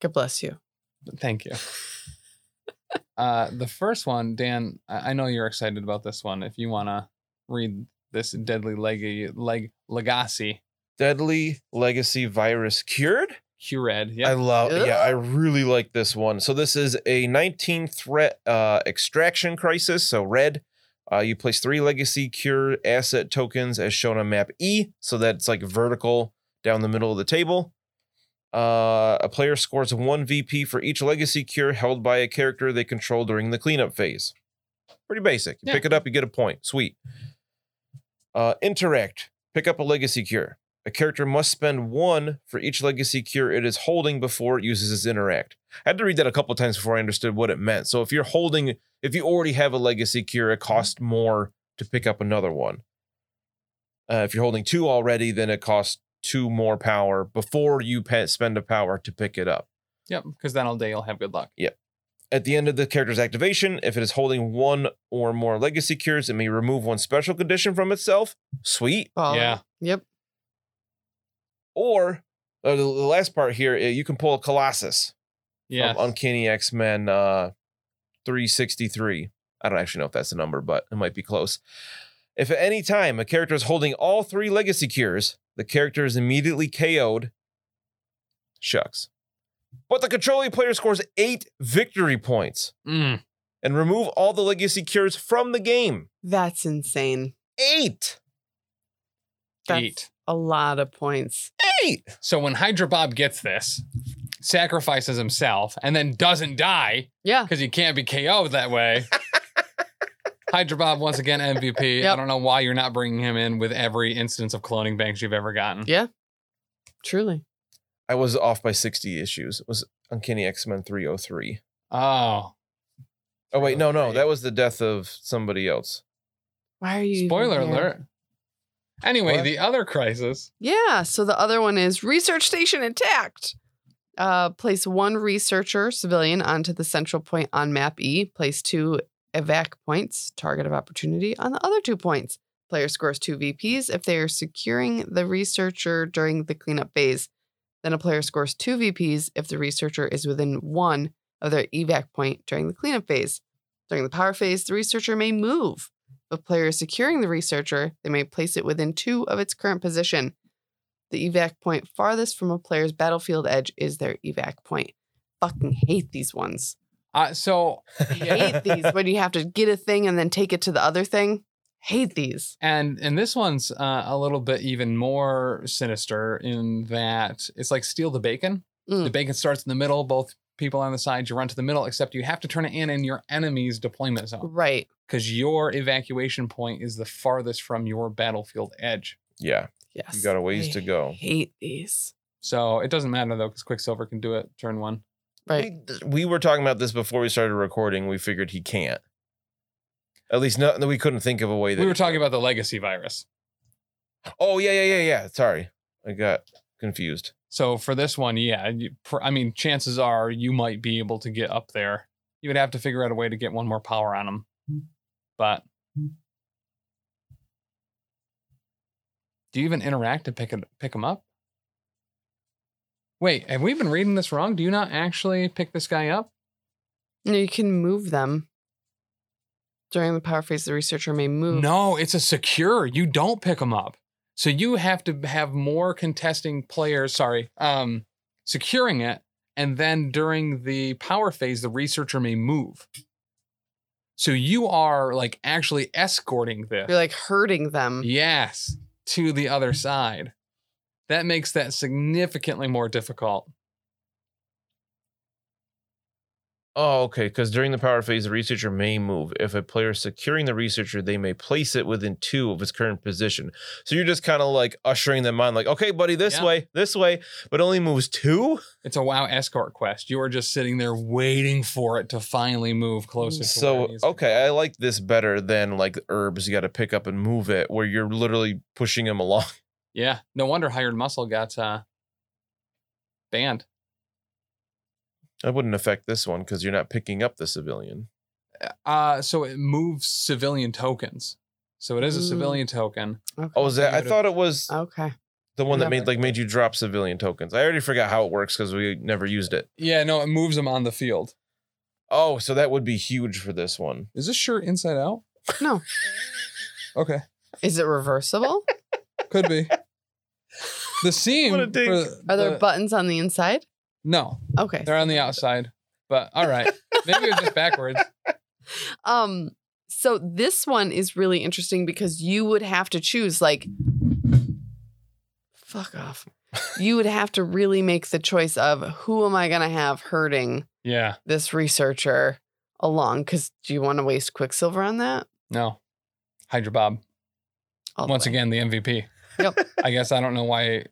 God bless you. Thank you. uh, the first one, Dan, I I know you're excited about this one. If you want to read this deadly leg, leg legacy, Deadly Legacy Virus Cured. you read. I Yeah. love, yeah, I Ugh. really like this one. So this is a 19 threat uh, extraction crisis. So red, uh, you place three legacy cure asset tokens as shown on map E. So that's like vertical down the middle of the table. Uh, a player scores one VP for each legacy cure held by a character they control during the cleanup phase. Pretty basic. You Yeah. pick it up, you get a point. Sweet. Uh, interact. Pick up a legacy cure. A character must spend one for each legacy cure it is holding before it uses its interact. I had to read that a couple times before I understood what it meant. So if you're holding, if you already have a legacy cure, it costs more to pick up another one. Uh, if you're holding two already, then it costs two more power before you pe- spend a power to pick it up. Yep. Because then all day you'll have good luck. At the end of the character's activation, if it is holding one or more legacy cures, it may remove one special condition from itself. Sweet. Follow. Yeah. Yep. Or uh, the the last part here, uh, you can pull a Colossus Yeah. from Uncanny X Men uh, 363. I don't actually know if that's the number, but it might be close. If at any time a character is holding all three legacy cures, the character is immediately KO'd. Shucks. But the controlling player scores eight victory points Mm. and remove all the legacy cures from the game. That's insane. Eight. That's Eight. a lot of points. Eight. So when Hydra Bob gets this, sacrifices himself, and then doesn't die Yeah. because he can't be KO'd that way. Hydra Bob once again MVP. I Yep. don't know why you're not bringing him in with every instance of cloning banks you've ever gotten. Yeah. Truly. I was off by 60 issues. It was Uncanny X Men 303. Oh, Oh wait, no, no, Okay. that was the death of somebody else. Why are you? even there? Spoiler alert. Anyway, What? the other crisis. Yeah. So the other one is research station intact. Uh, place one researcher civilian onto the central point on map E. Place two evac points, target of opportunity, on the other two points. Player scores two VPs if they are securing the researcher during the cleanup phase. Then a player scores two VPs if the researcher is within one of their evac point during the cleanup phase. During the power phase, the researcher may move. If a player is securing the researcher, they may place it within two of its current position. The evac point farthest from a player's battlefield edge is their evac point. Fucking hate these ones. Uh, so, Hate these when you have to get a thing and then take it to the other thing. Hate these. and and this one's uh, a little bit even more sinister in that it's like steal the bacon. Mm. The bacon starts in the middle, both people on the sides. You run to the middle, except you have to turn it in in your enemy's deployment zone Right. because your evacuation point is the farthest from your battlefield edge. Yeah, Yes. You got a ways to go. Hate these. So it doesn't matter though because Quicksilver can do it turn one. Right. we, we were talking about this before we started recording. We figured he can't. At least, not we couldn't think of a way that. We were talking about the legacy virus. oh yeah, yeah, yeah, yeah. Sorry, I got confused. So for this one, yeah, you, pr- I mean, chances are you might be able to get up there. You would have to figure out a way to get one more power on them. But do you even interact to pick it, pick them up? Wait, have we been reading this wrong? Do you not actually pick this guy up? No, you can move them. During the power phase, the researcher may move. No, it's a secure. You don't pick them up. So you have to have more contesting players, sorry, um, securing it. And then during the power phase, the researcher may move. So you are like actually escorting this. You're like hurting them. yes, to the other side. That makes that significantly more difficult. Oh, okay. Because during the power phase, the researcher may move. If a player is securing the researcher, they may place it within two of its current position. So you're just kind of like ushering them on, like, okay, buddy, this Yeah. way, this way, but only moves two. It's a WoW escort quest. You are just sitting there waiting for it to finally move closer. To where So it needs to okay, I like this better than like herbs you got to pick up and move it, where you're literally pushing them along. be. Yeah. No wonder Hired Muscle got uh, banned. That wouldn't affect this one because you're not picking up the civilian. Uh, so it moves civilian tokens. So it is a Mm. civilian token. Okay. Oh, is that? I Would've- thought it was okay. the one that never- made like made you drop civilian tokens. I already forgot how it works because we never used it. Yeah, no, it moves them on the field. Oh, so that would be huge for this one. Is this shirt inside out? No. Okay. Is it reversible? Could be. The seam. What a dink. for Are there the- buttons on the inside? no, Okay. they're on the outside. But all right. Maybe it's just backwards. Um, so this one is really interesting because you would have to choose like fuck off. You would have to really make the choice of who am I gonna have hurting Yeah. this researcher along? Cause do you want to waste Quicksilver on that? No. Hydra Bob. All the Once way. again, the MVP. Yep. I guess I don't know why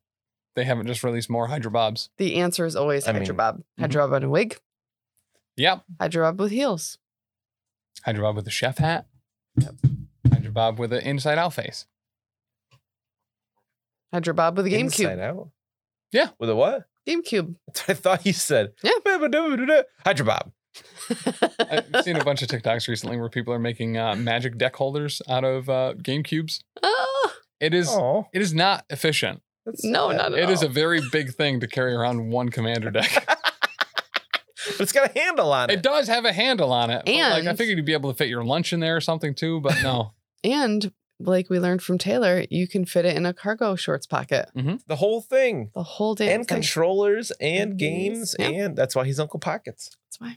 they haven't just released more Hydra Bobs. The answer is always I Hydra mean- mhm. Bob. Hydra Bob in a wig, Yep. Hydra Bob with heels. Hydra Bob with the chef hat. Yep. Hydra Bob with an inside out face. Hydra Bob with a GameCube. Inside out. Yeah. With a what? GameCube. That's what I thought you said. Yeah. Hydra Bob. I've seen a bunch of TikToks recently where people are making uh, magic deck holders out of uh, Game cubes. Oh, It is Oh, it is not efficient. no, not at It all. is a very big thing to carry around one commander deck. But it's got a handle on it it. does have a handle on it. but, like, I And- figured you'd be able to fit your lunch in there or something too, but no. and like we learned from Taylor, you can fit it in a cargo shorts pocket. The whole thing. The whole damn And thing. controllers and And games. games, yeah. And that's why he's Uncle Pockets. That's why.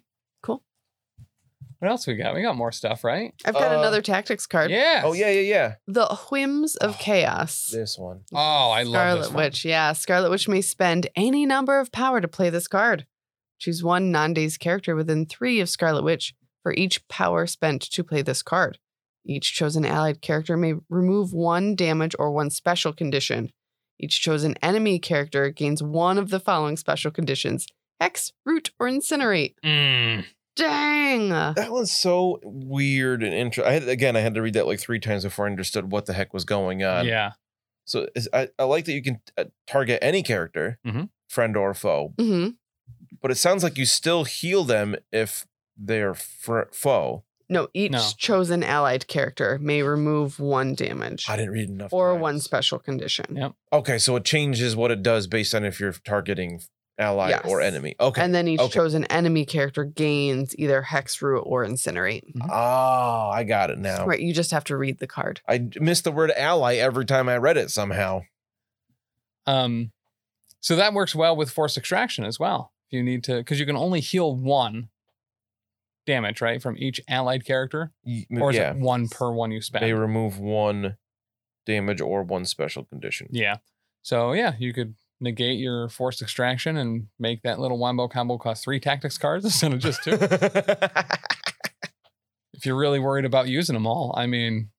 What else we got? We got more stuff, right? I've got Uh, another tactics card. Yeah. Oh, yeah, yeah, yeah. The Whims of Oh, Chaos. This one. Oh, I love Scarlet this one. Witch. Yeah. Scarlet Witch may spend any number of power to play this card. Choose one non dazed character within three of Scarlet Witch for each power spent to play this card. Each chosen allied character may remove one damage or one special condition. Each chosen enemy character gains one of the following special conditions Hex, Root, or Incinerate. Mm. Dang. That one's so weird and interesting. I had, again, I had to read that like three times before I understood what the heck was going on. Yeah. So is, I, I like that you can uh, target any character, Mhm. friend or foe, hmm but it sounds like you still heal them if they're fr- foe. No, each No. chosen allied character may remove one damage I didn't read enough. or times. one special condition. Yeah. Okay, so it changes what it does based on if you're targeting ally or Yes. enemy. Okay. And then each Okay. chosen enemy character gains either Hex Root or Incinerate. oh, I got it now. Right. You just have to read the card. I d- missed the word ally every time I read it somehow. Um, so that works well with forced extraction as well. If you need to, because you can only heal one damage, right, from each allied character, Y- or is Mm, yeah. it one per one you spend? They remove one damage or one special condition. yeah. So yeah, you could negate your forced extraction and make that little wombo combo cost three tactics cards instead of just two. if you're really worried about using them all, I mean,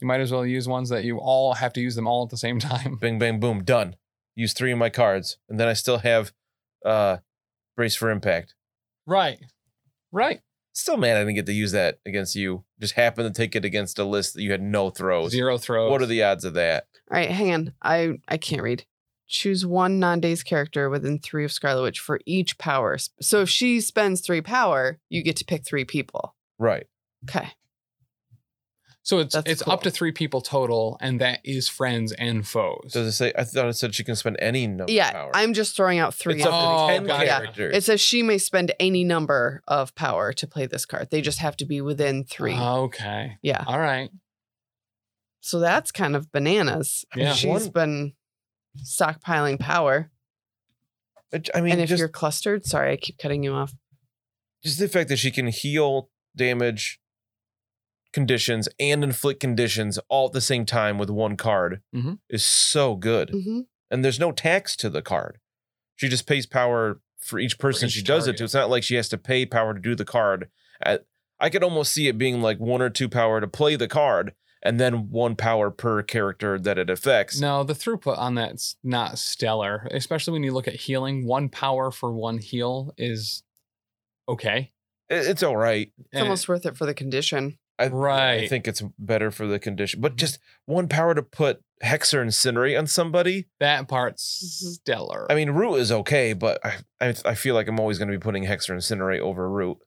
you might as well use ones that you all have to use them all at the same time. Bing, bang, boom, done. Use three of my cards, and then I still have uh, brace for impact. Right. Right. Still mad I didn't get to use that against you. Just happened to take it against a list that you had no throws. Zero throws. What are the odds of that? All right. Hang on. I, I can't read. Choose one non dazed character within three of Scarlet Witch for each power. sp- So if she spends three power, you get to pick three people. Right. Okay. So it's That's it's up cool. to three people total, and that is friends and foes. Does it say? I thought it said she can spend any number. of yeah. hours. I'm just throwing out three. Oh, It's up Oh, to ten gotcha. characters. It says she may spend any number of power to play this card. They just have to be within three. Oh. Okay. yeah. All right. So that's kind of bananas. Yeah. She's One- been stockpiling power. It- I mean, and if just, you're clustered, sorry, I keep cutting you off. just the fact that she can heal damage conditions and inflict conditions all at the same time with one card Mhm. is so good. hmm Mm. Mm-hmm. And there's no tax to the card. She just pays power for each person each she does it target. to. It's not like she has to pay power to do the card. At, I could almost see it being like one or two power to play the card, and then one power per character that it affects. No, the throughput on that's not stellar, especially when you look at healing. One power for one heal is okay. Eh, It- it's all right. It's almost worth it for the condition. I, I Right. Mm-hmm. think it's better for the condition, but just one power to put Hex or Incinerate on somebody. that part's Mhm. stellar. I mean, Root is okay, but I I, I feel like I'm always going to be putting Hex or Incinerate over Root.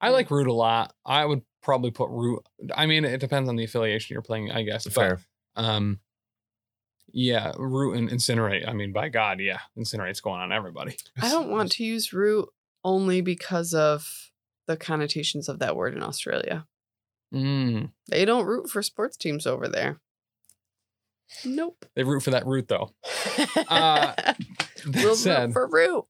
I Mm-hmm. like Root a lot. I would probably put Root. I mean, it depends on the affiliation you're playing, I guess. but, Fair. um, yeah, Root and Incinerate. I mean, by God, yeah, Incinerate's going on everybody. I don't want to use root only because of the connotations of that word in Australia. Mm. They don't root for sports teams over there. Nope. They root for that Root though. Uh, That we'll said, root for root.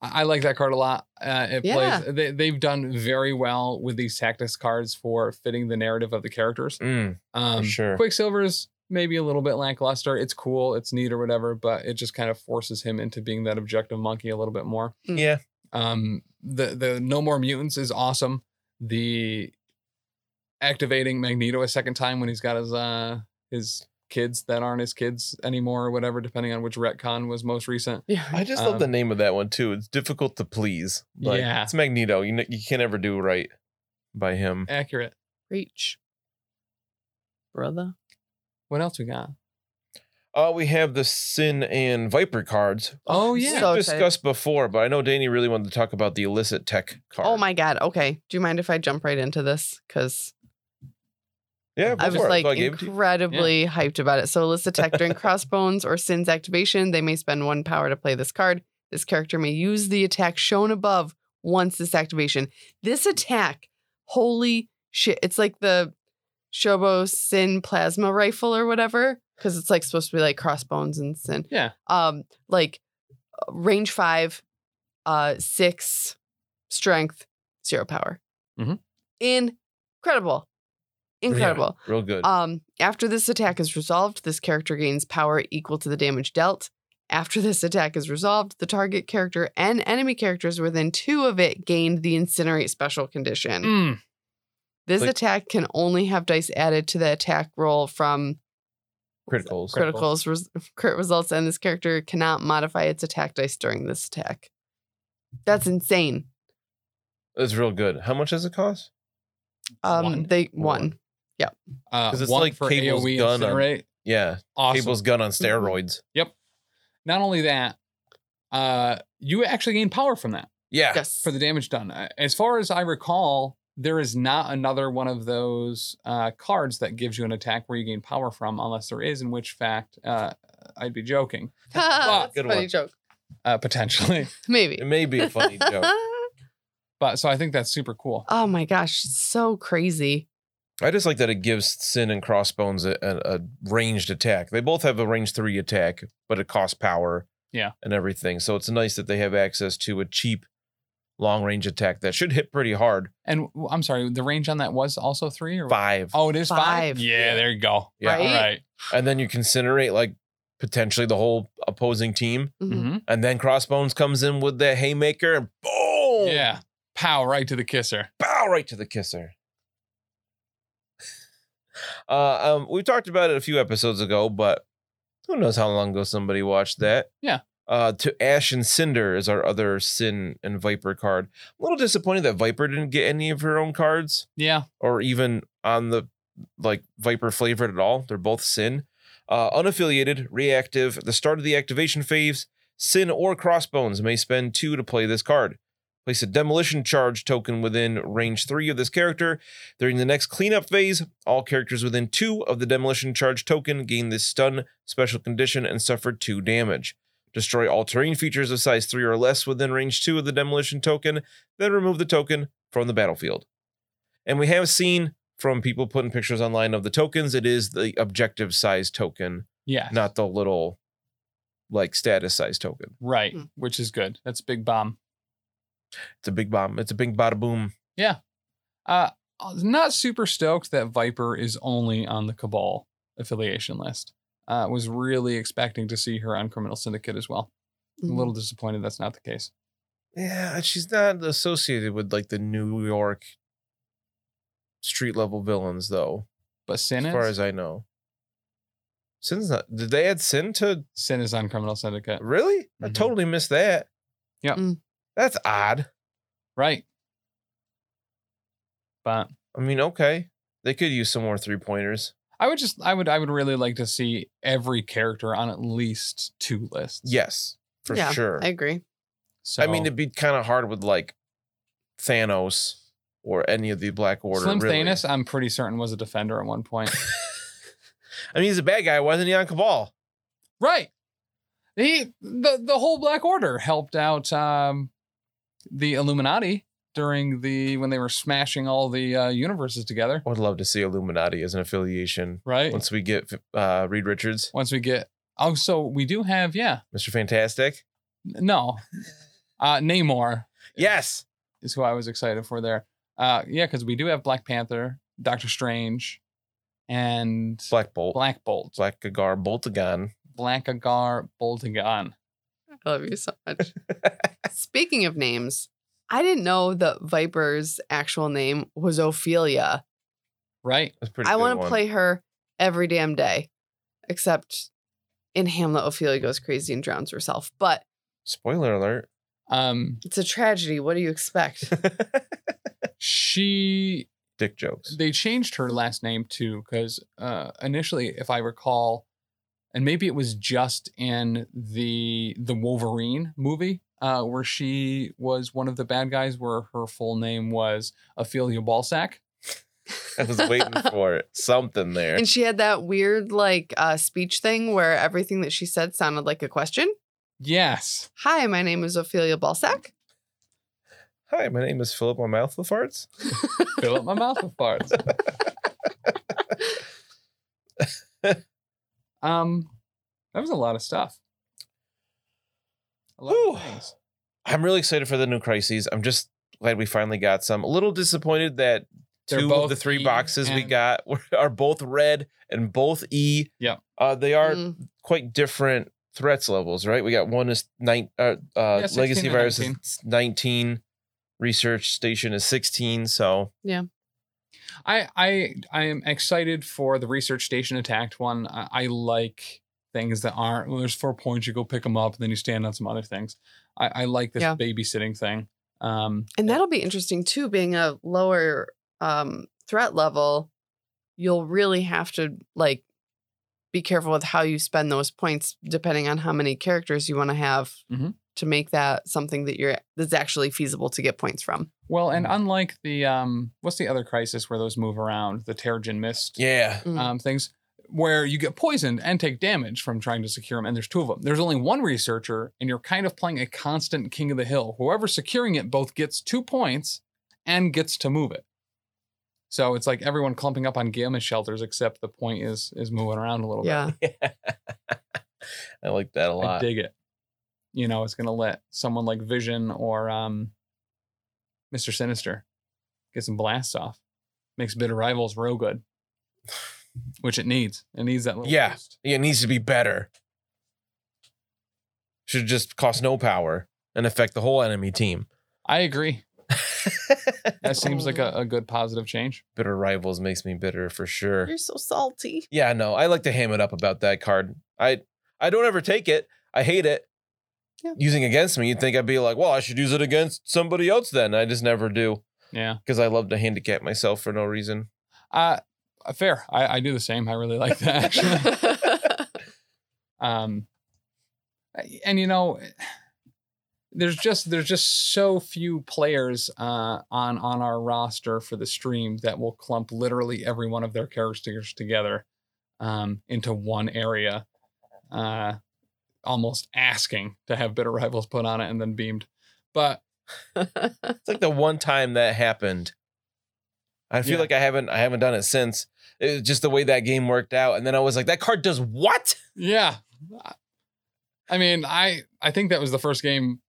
I I like that card a lot. Uh, it Yeah. plays. They, they've done very well with these tactics cards for fitting the narrative of the characters. Mm, Um, sure. Quicksilver's maybe a little bit lackluster. It's cool. It's neat or whatever, but it just kind of forces him into being that objective monkey a little bit more. Mm. Yeah. Um, the the No More Mutants is awesome. The activating Magneto a second time when he's got his uh his kids that aren't his kids anymore or whatever, depending on which retcon was most recent. Yeah. I just love Um, the name of that one too. It's difficult to please. Like, Yeah. it's Magneto. You kn- you can never do right by him. Accurate. Reach. Brother. What else we got? Uh, we have the Sin and Viper cards. Oh We've yeah. So excited. discussed before, but I know Danny really wanted to talk about the illicit tech card. Oh my god. Okay. Do you mind if I jump right into this? Because Yeah, I was before, like I gave it to you. incredibly hyped about it. So Alyssa Tech during crossbones or sin's activation, they may spend one power to play this card. This character may use the attack shown above once this activation. This attack, holy shit. It's like the Shobo Sin plasma rifle or whatever. Because it's like supposed to be like crossbones and sin. Yeah. Um, like uh, range five, uh, six, strength, zero power. Mhm. Incredible. Yeah, Incredible. real good. Um, after this attack is resolved, this character gains power equal to the damage dealt. After this attack is resolved, the target character and enemy characters within two of it gained the incinerate special condition. Mm. This Like- attack can only have dice added to the attack roll from Criticals. criticals res- crit results, and this character cannot modify its attack dice during this attack. That's insane. It's real good. How much does it cost? Um, One? they won. Uh, 'Cause it's one like for Cable's AOE gun on- incinerate. Yeah, Awesome. Cable's gun Mm-hmm. on steroids. Not only that, uh, you actually gain power from that. Yeah, Yes. for the damage done. Uh, As far as I recall, there is not another one of those uh, cards that gives you an attack where you gain power from, unless there is, in which fact uh, I'd be joking, That's Good a funny one. joke. uh, potentially. Maybe. it may be a funny joke. But so I think that's super cool. Oh my gosh, it's so crazy. I just like that it gives Sin and Crossbones a, a, a ranged attack. They both have a range three attack, but it costs power. Yeah. and everything. So it's nice that they have access to a cheap long range attack that should hit pretty hard. And w- I'm sorry, the range on that was also three or Five, Oh, it is five. Five. Yeah, there you go. Yeah. All right. and then you can incinerate like potentially the whole opposing team, Mhm. Mhm. and then Crossbones comes in with the haymaker and boom, Yeah. Pow! Right to the kisser. bow right to the kisser. Uh, um, we talked about it a few episodes ago, but who knows how long ago somebody watched that? Yeah. Uh, to Ash and Cinder is our other Sin and Viper card. I'm a little disappointed that Viper didn't get any of her own cards, Yeah. or even on the like Viper flavored at all. They're both Sin. Uh, unaffiliated, reactive. At the start of the activation phase, Sin or Crossbones may spend two to play this card. Place a demolition charge token within range three of this character. During the next cleanup phase, all characters within two of the demolition charge token gain this stun special condition and suffer two damage. Destroy all terrain features of size three or less within range two of the demolition token, then remove the token from the battlefield. And we have seen from people putting pictures online of the tokens, it is the objective size token, Yeah. not the little like status size token. Right. Hmm. Which is good. That's a big bomb. It's a big bomb. It's a big bada boom. Uh, I was not super stoked that Viper is only on the Cabal affiliation list. Uh, was really expecting to see her on Criminal Syndicate as well. Mm, I'm a little disappointed that's not the case. Yeah, she's not associated with like the New York street level villains though. But Sin as is far as I know. Sin's not. Did they add Sin to? Sin is on Criminal Syndicate, Really? I Mhm. totally missed that. Yeah. Mm. That's odd. right? But I mean, okay, they could use some more three pointers. I would just I would I would really like to see every character on at least two lists. Yes, for Yeah, sure. I agree. So I mean, it'd be kind of hard with like Thanos or any of the Black Order. Slim really. Thanos, I'm pretty certain was a defender at one point. I mean, he's a bad guy. Why isn't he on Cabal? right. He the the whole Black Order helped out um the Illuminati during the when they were smashing all the uh, universes together. I would love to see Illuminati as an affiliation. Right. Once we get uh, Reed Richards, Once we get oh, so we do have yeah Mr. Fantastic. no, uh, Namor Yes. is who I was excited for there. Uh, yeah, because we do have Black Panther, Doctor Strange, and Black Bolt. Black, Black Bolt, Agar Boltagon. Black Agar Boltagon. I love you so much. Speaking of names, I didn't know that Viper's actual name was Ophelia. Right? That's a pretty. I good want to one. play her every damn day, except in Hamlet, Ophelia goes crazy and drowns herself. But Spoiler alert. Um, it's a tragedy. What do you expect? she Dick jokes. they changed her last name too because uh, initially if i recall and maybe it was just in the the wolverine movie uh, where she was one of the bad guys where her full name was ophelia balsack I was waiting for it. Something there. And she had that weird like uh, speech thing where everything that she said sounded like a question. yes Hi, my name is Ophelia Balsack. Hi, my name is Philip. My mouth with farts. fill up my mouth with farts um that was a lot of stuff a lot Whew. of things I'm really excited for the new crises. I'm just glad we finally got some. A little disappointed that They're two of both the three E boxes we and- got were, are both red and both E. Yeah. Uh, they are Mm, quite different threats levels, right? We got one is nine. Uh, uh, 16 legacy and virus 19. is 19. Research station is 16. So I I I am excited for the research station attacked one. I, I like things that aren't well, there's four points. You go pick them up, and then you stand on some other things. I, I like this Yeah. babysitting thing. Um, And that'll be interesting too, being a lower um, threat level. You'll really have to like be careful with how you spend those points, depending on how many characters you want to have Mm-hmm. Mhm. to make that something that you're that's actually feasible to get points from. well, and Mhm. unlike the um, what's the other crisis where those move around the Terrigen Mist yeah, Mm. um, things where you get poisoned and take damage from trying to secure them. And there's two of them. There's only one researcher, and you're kind of playing a constant king of the hill. Whoever's securing it both gets two points and gets to move it. So it's like everyone clumping up on gamma shelters, except the point is is moving around a little yeah. I like that a bit. I lot. dig it. You know, it's gonna let someone like Vision or um, Mr. Sinister get some blasts off. Makes bitter rivals real good, which it needs. It needs that little Yeah. boost. Yeah, it needs to be better. Should just cost no power and affect the whole enemy team. I agree. That seems like a, a good positive change. bitter rivals makes me bitter for sure. You're so salty. Yeah, no, I like to ham it up about that card. I I don't ever take it. I hate it. Yeah. Using against me, you'd think I'd be like, well, I should use it against somebody else then. I just never do Yeah. because I love to handicap myself for no reason. Uh fair. I, I do the same. I really like that actually. um and you know there's just there's just so few players uh on on our roster for the stream that will clump literally every one of their characters together um into one area. Uh almost asking to have bitter rivals put on it and then beamed. But It's like the one time that happened. I feel Yeah. like I haven't I haven't done it since. It was just the way that game worked out. And then I was like, that card does what? Yeah. I- I mean, I I think that was the first game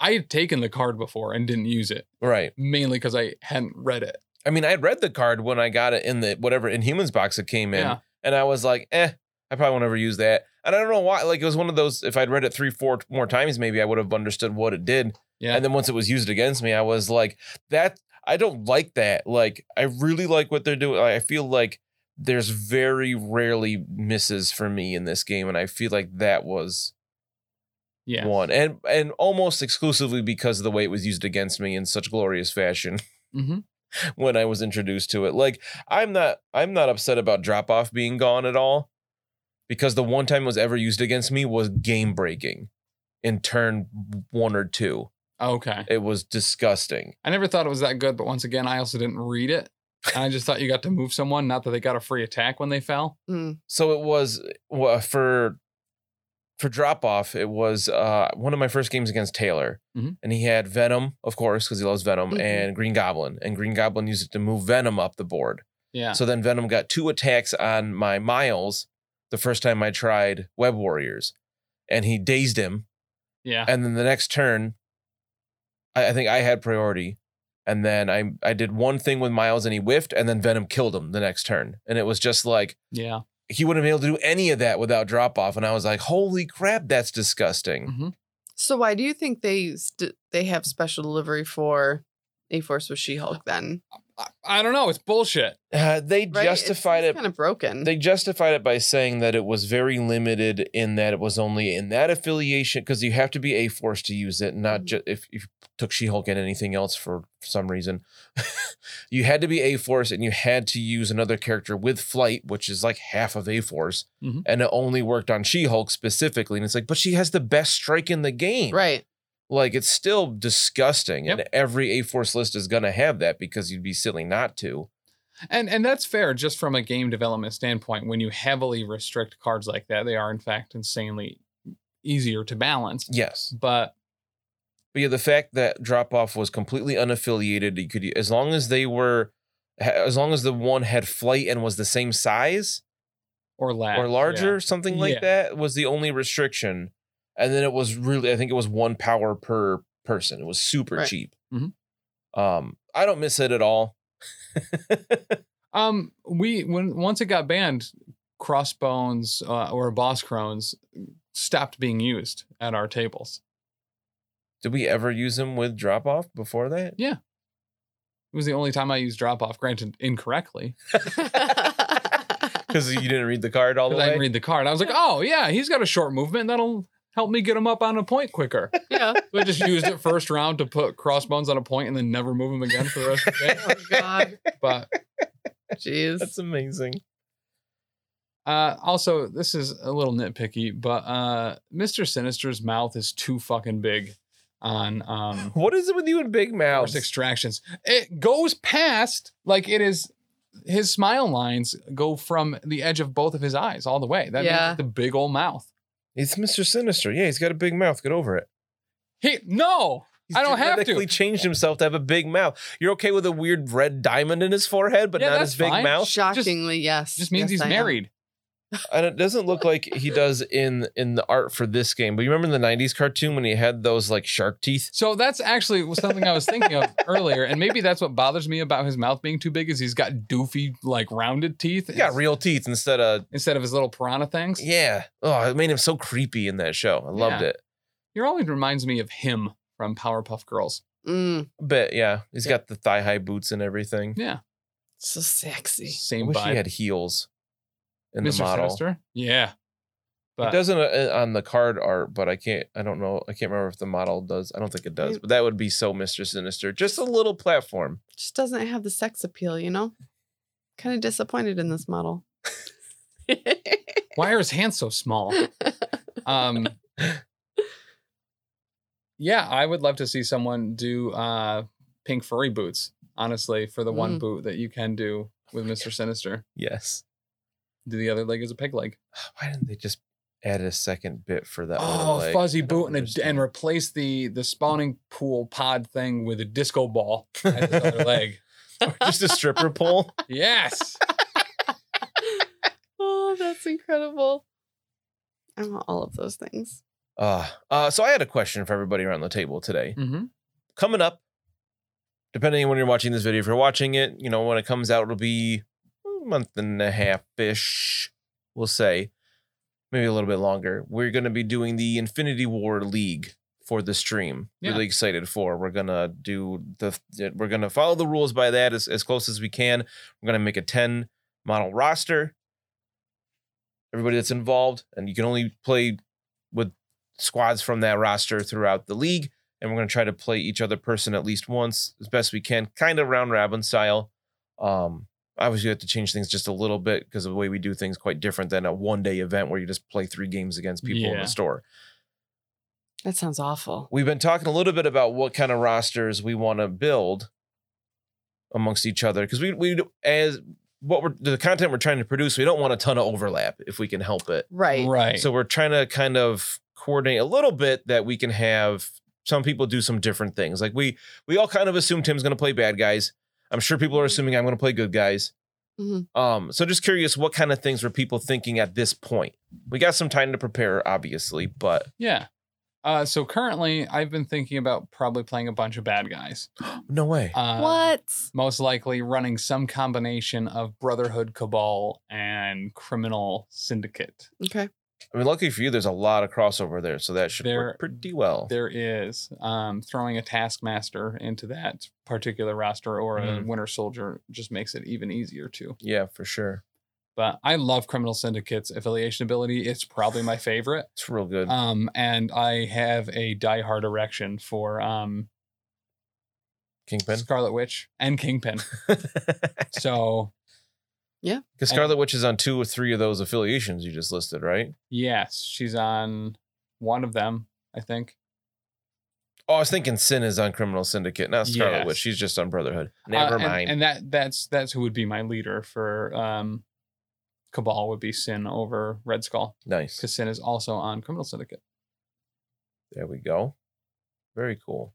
I had taken the card before and didn't use it, Right. mainly because I hadn't read it. I mean, I had read the card when I got it in the whatever Inhumans box it came in. Yeah. And I was like, eh, I probably won't ever use that. And I don't know why. Like it was one of those. If I'd read it three, four more times, maybe I would have understood what it did. Yeah. And then once it was used against me, I was like, that I don't like that. Like I really like what they're doing. I feel like there's very rarely misses for me in this game, and I feel like that was yeah. one, and and almost exclusively because of the way it was used against me in such glorious fashion hmm when I was introduced to it. Like I'm not I'm not upset about drop off being gone at all because the one time it was ever used against me was game breaking in turn one or two. Okay. It was disgusting. I never thought it was that good, but once again, I also didn't read it. And I just thought you got to move someone, not that they got a free attack when they fell. Mm. So it was well, for for drop off. It was uh, one of my first games against Taylor, Mhm. and he had Venom, of course, because he loves Venom, Mhm. and Green Goblin, and Green Goblin used it to move Venom up the board. Yeah. So then Venom got two attacks on my Miles the first time I tried Web Warriors, and he dazed him. yeah. And then the next turn, I, I think I had priority. And then I I did one thing with Miles and he whiffed, and then Venom killed him the next turn. And it was just like Yeah. he wouldn't have been able to do any of that without drop off. And I was like, holy crap, that's disgusting. hmm So why do you think they st- they have special delivery for A Force with She Hulk then? I, I don't know. It's bullshit. Uh, they justified it Kind of broken. They justified it by saying that it was very limited in that it was only in that affiliation because you have to be A Force to use it, not Mhm. just if you took She Hulk and anything else for some reason. you had to be A Force and you had to use another character with Flight, which is like half of A Force, Mhm. and it only worked on She Hulk specifically. And it's like, but she has the best strike in the game. right. Like it's still disgusting. And every A Force list is going to have that because you'd be silly not to. And and that's fair just from a game development standpoint. When you heavily restrict cards like that, they are in fact insanely easier to balance. Yes. But But yeah, the fact that drop off was completely unaffiliated, you could as long as they were, ha- as long as the one had flight and was the same size or less or larger, something like Yeah. that was the only restriction. And then it was really, I think it was one power per person. It was super Right. cheap. Mhm. Um, I don't miss it at all. Um, we when once it got banned, crossbones uh, or boss crones stopped being used at our tables. Did we ever use them with drop off before that? It was the only time I used drop off, granted incorrectly, Because you didn't read the card all the because I way. didn't read the card. I was like, oh yeah, he's got a short movement that'll help me get him up on a point quicker. yeah. So I just used it first round to put crossbones on a point and then never move him again for the rest of the Oh God. day. But Jeez. That's amazing. Uh, also, this is a little nitpicky, but uh, Mr. Sinister's mouth is too fucking big on um, What is it with you and Big Mouth? forced extractions. It goes past, like it is, his smile lines go from the edge of both of his eyes all the way. That Yeah. means the big old mouth. It's Mr. Sinister. Yeah, he's got a big mouth. Get over it. He no, He's I don't have to. genetically changed himself to have a big mouth. You're okay with a weird red diamond in his forehead, but Yeah, not that's his big fine. mouth. Shockingly, yes. It just means Yes, he's I am. married. And it doesn't look like he does in in the art for this game. But you remember in the '90s cartoon when he had those like shark teeth? So that's actually was something I was thinking of earlier, and maybe that's what bothers me about his mouth being too big is he's got doofy like rounded teeth He got real teeth instead of instead of his little piranha things. yeah. Oh, it made him so creepy in that show. I loved Yeah. it. He always reminds me of him from Powerpuff Girls. Mm, But yeah, he's got the thigh high boots and everything. Yeah, so I sexy. same wish he vibe. had heels in Mr. the model. Sinister. Yeah, It but doesn't uh, uh, on the card art, but I can't. I don't know. I can't remember if the model does. I don't think it does. But that would be so Mr. Sinister. Just a little platform. Just doesn't have the sex appeal, you know? Kind of disappointed in this model. why are his hands so small? Um, yeah, I would love to see someone do uh, pink furry boots. Honestly, for the one Mm. boot that you can do with Mr. Sinister, Yes. do the other leg as a peg leg. Why didn't they just add a second bit for that? other Oh, leg? I fuzzy don't boot and, a, understand. and replace the the spawning pool pod thing with a disco ball as his other leg. just a stripper pole. Yes. oh, that's incredible. I want all of those things. Uh, uh, so I had a question for everybody around the table today. Mm-hmm. Coming up, depending on when you're watching this video, if you're watching it, you know when it comes out, it'll be a month and a half ish. We'll say maybe a little bit longer. We're going to be doing the Infinity War League for the stream. Yeah. Really excited for. We're going to do the we're going to follow the rules by that as, as close as we can. We're going to make a 10 model roster. Everybody that's involved and you can only play with squads from that roster throughout the league and we're going to try to play each other person at least once as best we can, kind of round robin style. Um, obviously, you have to change things just a little bit because the way we do things quite different than a one day event where you just play three games against people in Yeah. the store. That sounds awful. We've been talking a little bit about what kind of rosters we want to build amongst each other because we we as what we're the content we're trying to produce, we don't want a ton of overlap if we can help it. Right. Right. So we're trying to kind of coordinate a little bit that we can have some people do some different things. Like we we all kind of assume Tim's going to play bad guys. I'm sure people are assuming I'm going to play good guys. Mhm. Um, so just curious, what kind of things were people thinking at this point? We got some time to prepare, obviously, but yeah. Uh, so currently, I've been thinking about probably playing a bunch of bad guys. no way. Um, what? Most likely running some combination of Brotherhood, Cabal, and Criminal Syndicate. Okay. I mean, luckily for you, there's a lot of crossover there, so that should There- work pretty well. There is um, throwing a Taskmaster into that particular roster or a Mhm. Winter Soldier just makes it even easier too. Yeah, for sure. But I love Criminal Syndicate's affiliation ability. It's probably my favorite. It's real good. Um, and I have a diehard erection for um, Kingpin, Scarlet Witch and Kingpin. because so Scarlet Witch is on two or three of those affiliations you just listed, right? yes, she's on one of them, I think. Oh, I was thinking Sin is on Criminal Syndicate, not Scarlet Yes. Witch. She's just on Brotherhood. Never Uh, and- mind. And, that that's that's who would be my leader for um, Cabal would be Sin over Red Skull nice. because Sin is also on Criminal Syndicate. There we go. Very cool.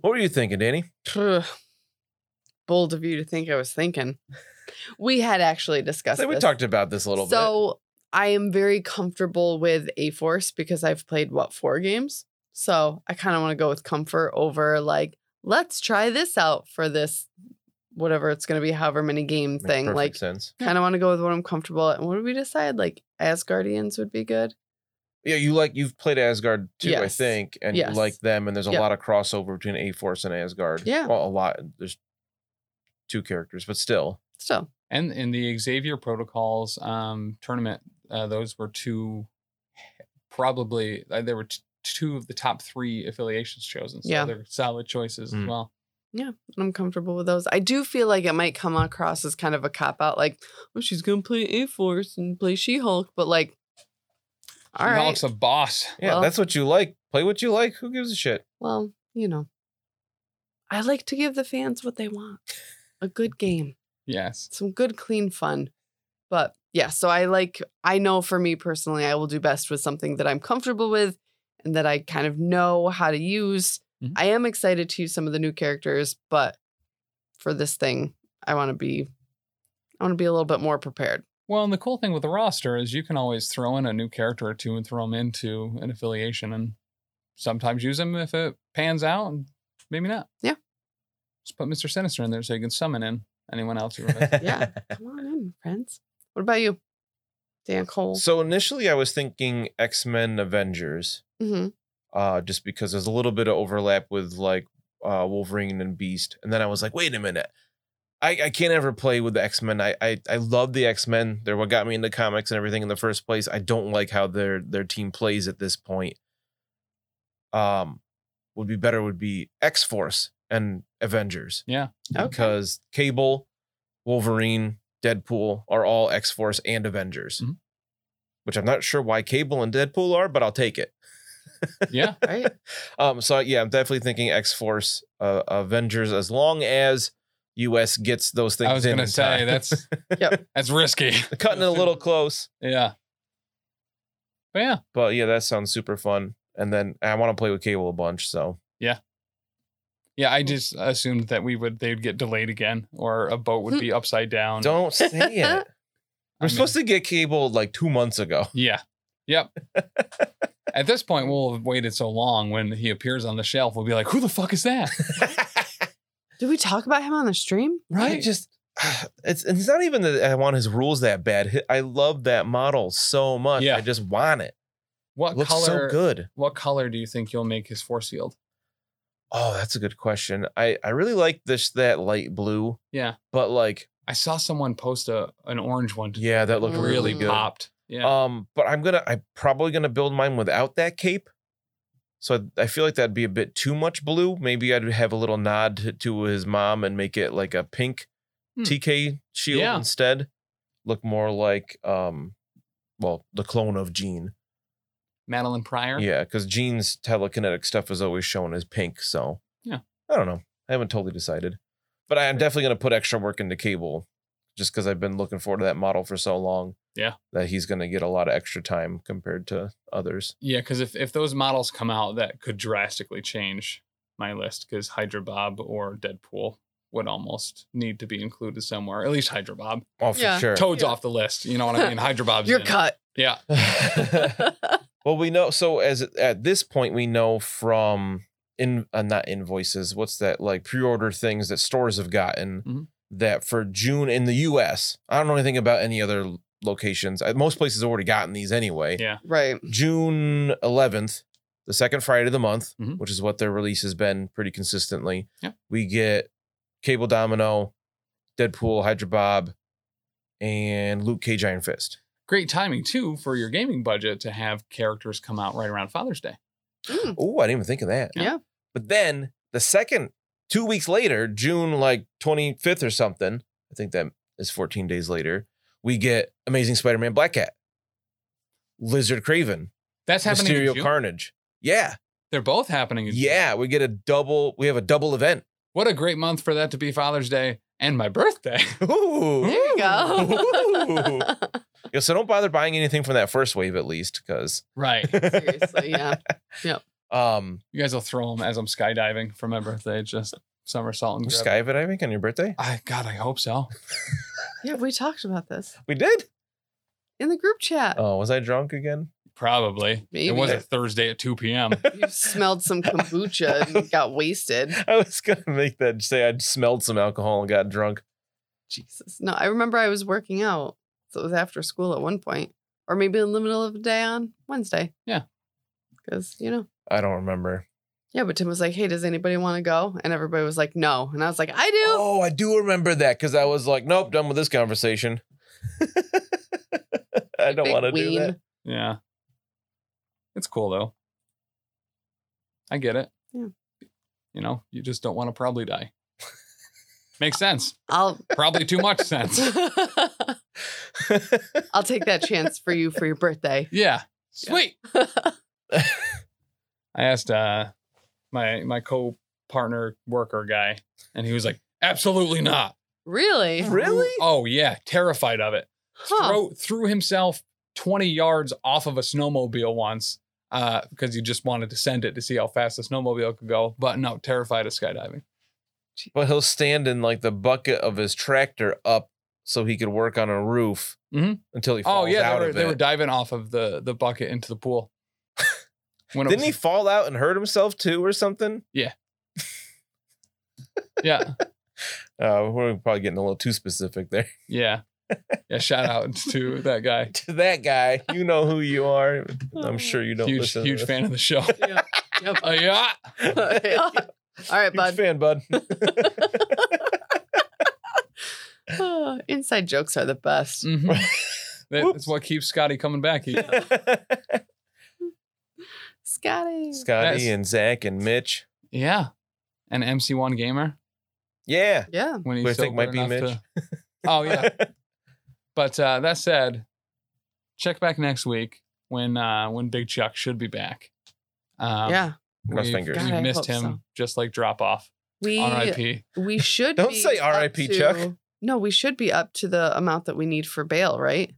What were you thinking, Danny? Phew. Bold of you to think I was thinking. We had actually discussed. Say we this. talked about this a little bit. So I am very comfortable with A Force because I've played what four games. So I kind of want to go with comfort over like let's try this out for this whatever it's going to be, however many game Makes thing. perfect Like sense. kind of want to go with what I'm comfortable. at. And what did we decide? Like Asgardians would be good. Yeah, you like you've played Asgard too, I Yes. think, and Yes. you like them, and there's a Yep. lot of crossover between A Force and Asgard. Yeah. well, a lot. There's two characters, but still, Still, And in the Xavier Protocols um, tournament, uh, those were two, probably uh, there were t- two of the top three affiliations chosen. So Yeah. they're solid choices as Mm. well. I'm comfortable with those. I do feel like it might come across as kind of a cop out, like oh she's going to play A Force and play She Hulk, but like. All right. Hulk's a boss. yeah, Well- that's what you like. Play what you like. Who gives a shit? Well, you know, I like to give the fans what they want a good game, Yes. some good, clean fun. But yeah, so I like, I know for me personally, I will do best with something that I'm comfortable with and that I kind of know how to use. Mhm. I am excited to use some of the new characters, but for this thing, I want to be. I want to be a little bit more prepared. Well, and the cool thing with the roster is you can always throw in a new character or two and throw them into an affiliation and sometimes use them if it pans out and maybe not. Yeah. Just put Mr. Sinister in there so you can summon in anyone else you want. Yeah. Come on in, friends. What about you, Dan Cole? So initially, I was thinking X Men, Avengers. hmm uh, just because there's a little bit of overlap with like uh, Wolverine and Beast. And then I was like, wait a minute. I, I can't ever play with the X Men. I, I I love the X Men. They're what got me into comics and everything in the first place. I don't like how their their team plays at this point. Um, would be better would be X Force and Avengers Okay. because Cable, Wolverine, Deadpool are all X Force and Avengers, Mhm. which I'm not sure why Cable and Deadpool are, but I'll take it. yeah. Right. Um, so yeah, I'm definitely thinking X Force, uh, Avengers, as long as U.S. gets those things. I was in going to in say time. that's Yep. that's risky. cutting it a little close, Yeah. But yeah, but yeah, that sounds super fun. And then I want to play with Cable a bunch, so yeah, I just assumed that we would they'd get delayed again or a boat would be upside down. don't say it. We're I supposed to get Cable like two months ago. Yeah. Yep. At this point, we'll have waited so long when he appears on the shelf, we'll be like, who the fuck is that? Did we talk about him on the stream? I just it's it's not even that I want his rules that bad. Hi- I love that model so much. Yeah. I just want it. What It looks color? so good. What color do you think you'll make his force field? Oh, that's a good question. I I really like this that light blue, Yeah, but like I saw someone post a an orange one. yeah, that looked really It Mm. good. popped. Yeah, Um, but I'm gonna I'm probably gonna build mine without that cape. So I, I feel like that'd be a bit too much blue. Maybe I'd have a little nod to, to his mom and make it like a pink Hmm. TK shield Yeah. instead. Look more like um, well, the clone of Jean. Madeline Pryor. Yeah, because Jean's telekinetic stuff is always shown as pink. So Yeah. I don't know. I haven't totally decided, but I'm definitely gonna put extra work into Cable, just because I've been looking forward to that model for so long. Yeah. that he's gonna get a lot of extra time compared to others. Yeah, because if, if those models come out, that could drastically change my list because Hydra Bob or Deadpool would almost need to be included somewhere. At least Hydra Bob. Oh, for Yeah. sure. Toad's Yeah. off the list. You know what I mean? Hydra Bob's You're in. cut. Yeah. well, we know. So as at this point, we know from in uh, not invoices. What's that like? Pre-order things that stores have gotten Mhm. that for June in the U.S. I don't know anything about any other locations. Uh, Most places have already gotten these anyway. Yeah. right. June 11th, the second Friday of the month, Mhm. which is what their release has been pretty consistently. Yeah. We get Cable Domino, Deadpool, Hydra Bob, and Luke Cage Iron Fist. Great timing, too, for your gaming budget to have characters come out right around Father's Day. Mm. Oh, I didn't even think of that. Yeah. But then the second, two weeks later, June like 25th or something, I think that is 14 days later, we get Amazing Spider Man Black Cat, Lizard Craven, That's happening. in Mysterio June. Carnage. Yeah. They're both happening. in June. Yeah. We get a double, we have a double event. What a great month for that to be Father's Day and my birthday. Ooh. Ooh. There you go. Yeah, so don't bother buying anything from that first wave at least, because right. Seriously, yeah. um You guys will throw them as I'm skydiving for my birthday, just somersault and grab- skydiving on your birthday? I God, I hope so. Yeah, we talked about this We did. in the group chat. Oh, was I drunk again? Probably. Maybe. It was a Thursday at 2 p.m. You smelled some kombucha and got wasted. I was gonna make that say I smelled some alcohol and got drunk. Jesus. No, I remember I was working out. So it was after school at one point, or maybe in the middle of the day on Wednesday. Yeah. Because, you know, I don't remember. yeah, but Tim was like, hey, does anybody want to go? And everybody was like, no. And I was like, I do. Oh, I do remember that because I was like, nope, done with this conversation. I don't Big want to do ween. that. yeah. It's cool though. I get it. Yeah. You know, you just don't want to probably die. Makes sense. I'll Probably too much sense. I'll take that chance for you for your birthday. Yeah. Sweet. I asked uh my my co-partner worker guy, and he was like, absolutely not. Really? Really? Oh yeah, terrified of it. Huh. throw, threw himself 20 yards off of a snowmobile once uh, because he just wanted to send it to see how fast the snowmobile could go. But no, terrified of skydiving. But he'll stand in like the bucket of his tractor up so he could work on a roof Mhm. until he Oh falls yeah, out they were, of they it. were diving off of the the bucket into the pool. When it Didn't he was- fall out and hurt himself too or something? Yeah, Uh, we're probably getting a little too specific there. yeah, yeah. Shout out to that guy. to that guy, you know who you are. I'm sure you don't. Huge, listen to huge this. fan of the show. Yep. Yep. Uh, yeah, All right, Huge bud. fan, bud. Oh, Inside jokes are the Mm. best. Mhm. That- that's what keeps Scotty coming back. He- Scotty Scotty. That's- and Zach and Mitch. yeah, an MC1 gamer Yeah. Yeah. when he's Who I think sober might be enough Mitch. to- Oh yeah, But uh, that said, check back next week when uh, when Big Chuck should be back. Um, yeah. Cross we've, fingers. we've God, I missed hope him, so. just like drop off. We R.I.P. we should Don't be say up RIP, to- Chuck. No, we should be up to the amount that we need for bail, right?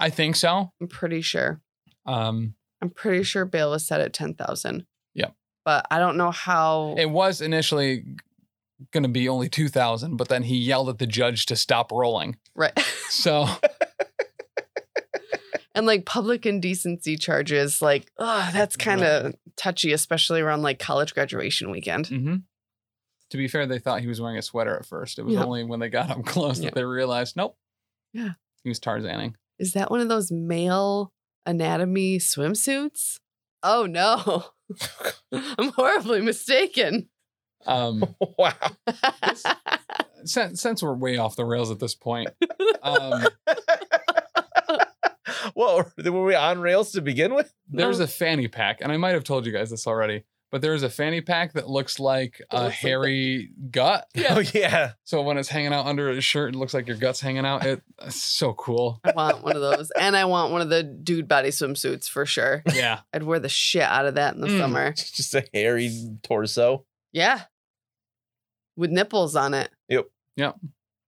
I think so. I'm pretty sure. Um, I'm pretty sure bail was set at ten thousand. Yep. But I don't know how. it was initially going to be only two thousand, but then he yelled at the judge to stop rolling. right. So and like public indecency charges, like oh, that's kind of touchy, especially around like college graduation weekend. mhm. To be fair, they thought he was wearing a sweater at first. It was Yeah. only when they got up close Yeah. that they realized, nope. Yeah. He was Tarzaning. Is that one of those male anatomy swimsuits? Oh no. I'm horribly mistaken. Um, wow. since, since we're way off the rails at this point, um, well, were we on rails to begin with? there's No. a fanny pack, and I might have told you guys this already, but there is a fanny pack that looks like looks a like the- hairy gut. Oh yeah. So when it's hanging out under his shirt, it looks like your gut's hanging out. It, it's so cool. I want one of those. And I want one of the dude body swimsuits for sure. Yeah. I'd wear the shit out of that in the Mm. summer. Just a hairy torso. Yeah. With nipples on it. Yep. Yep.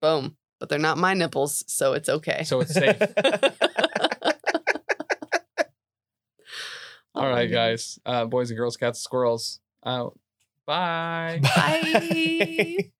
Boom. But they're not my nipples, so it's okay. So it's safe. All right, guys. Uh, boys and girls, cats, and squirrels. Out. Bye. Bye.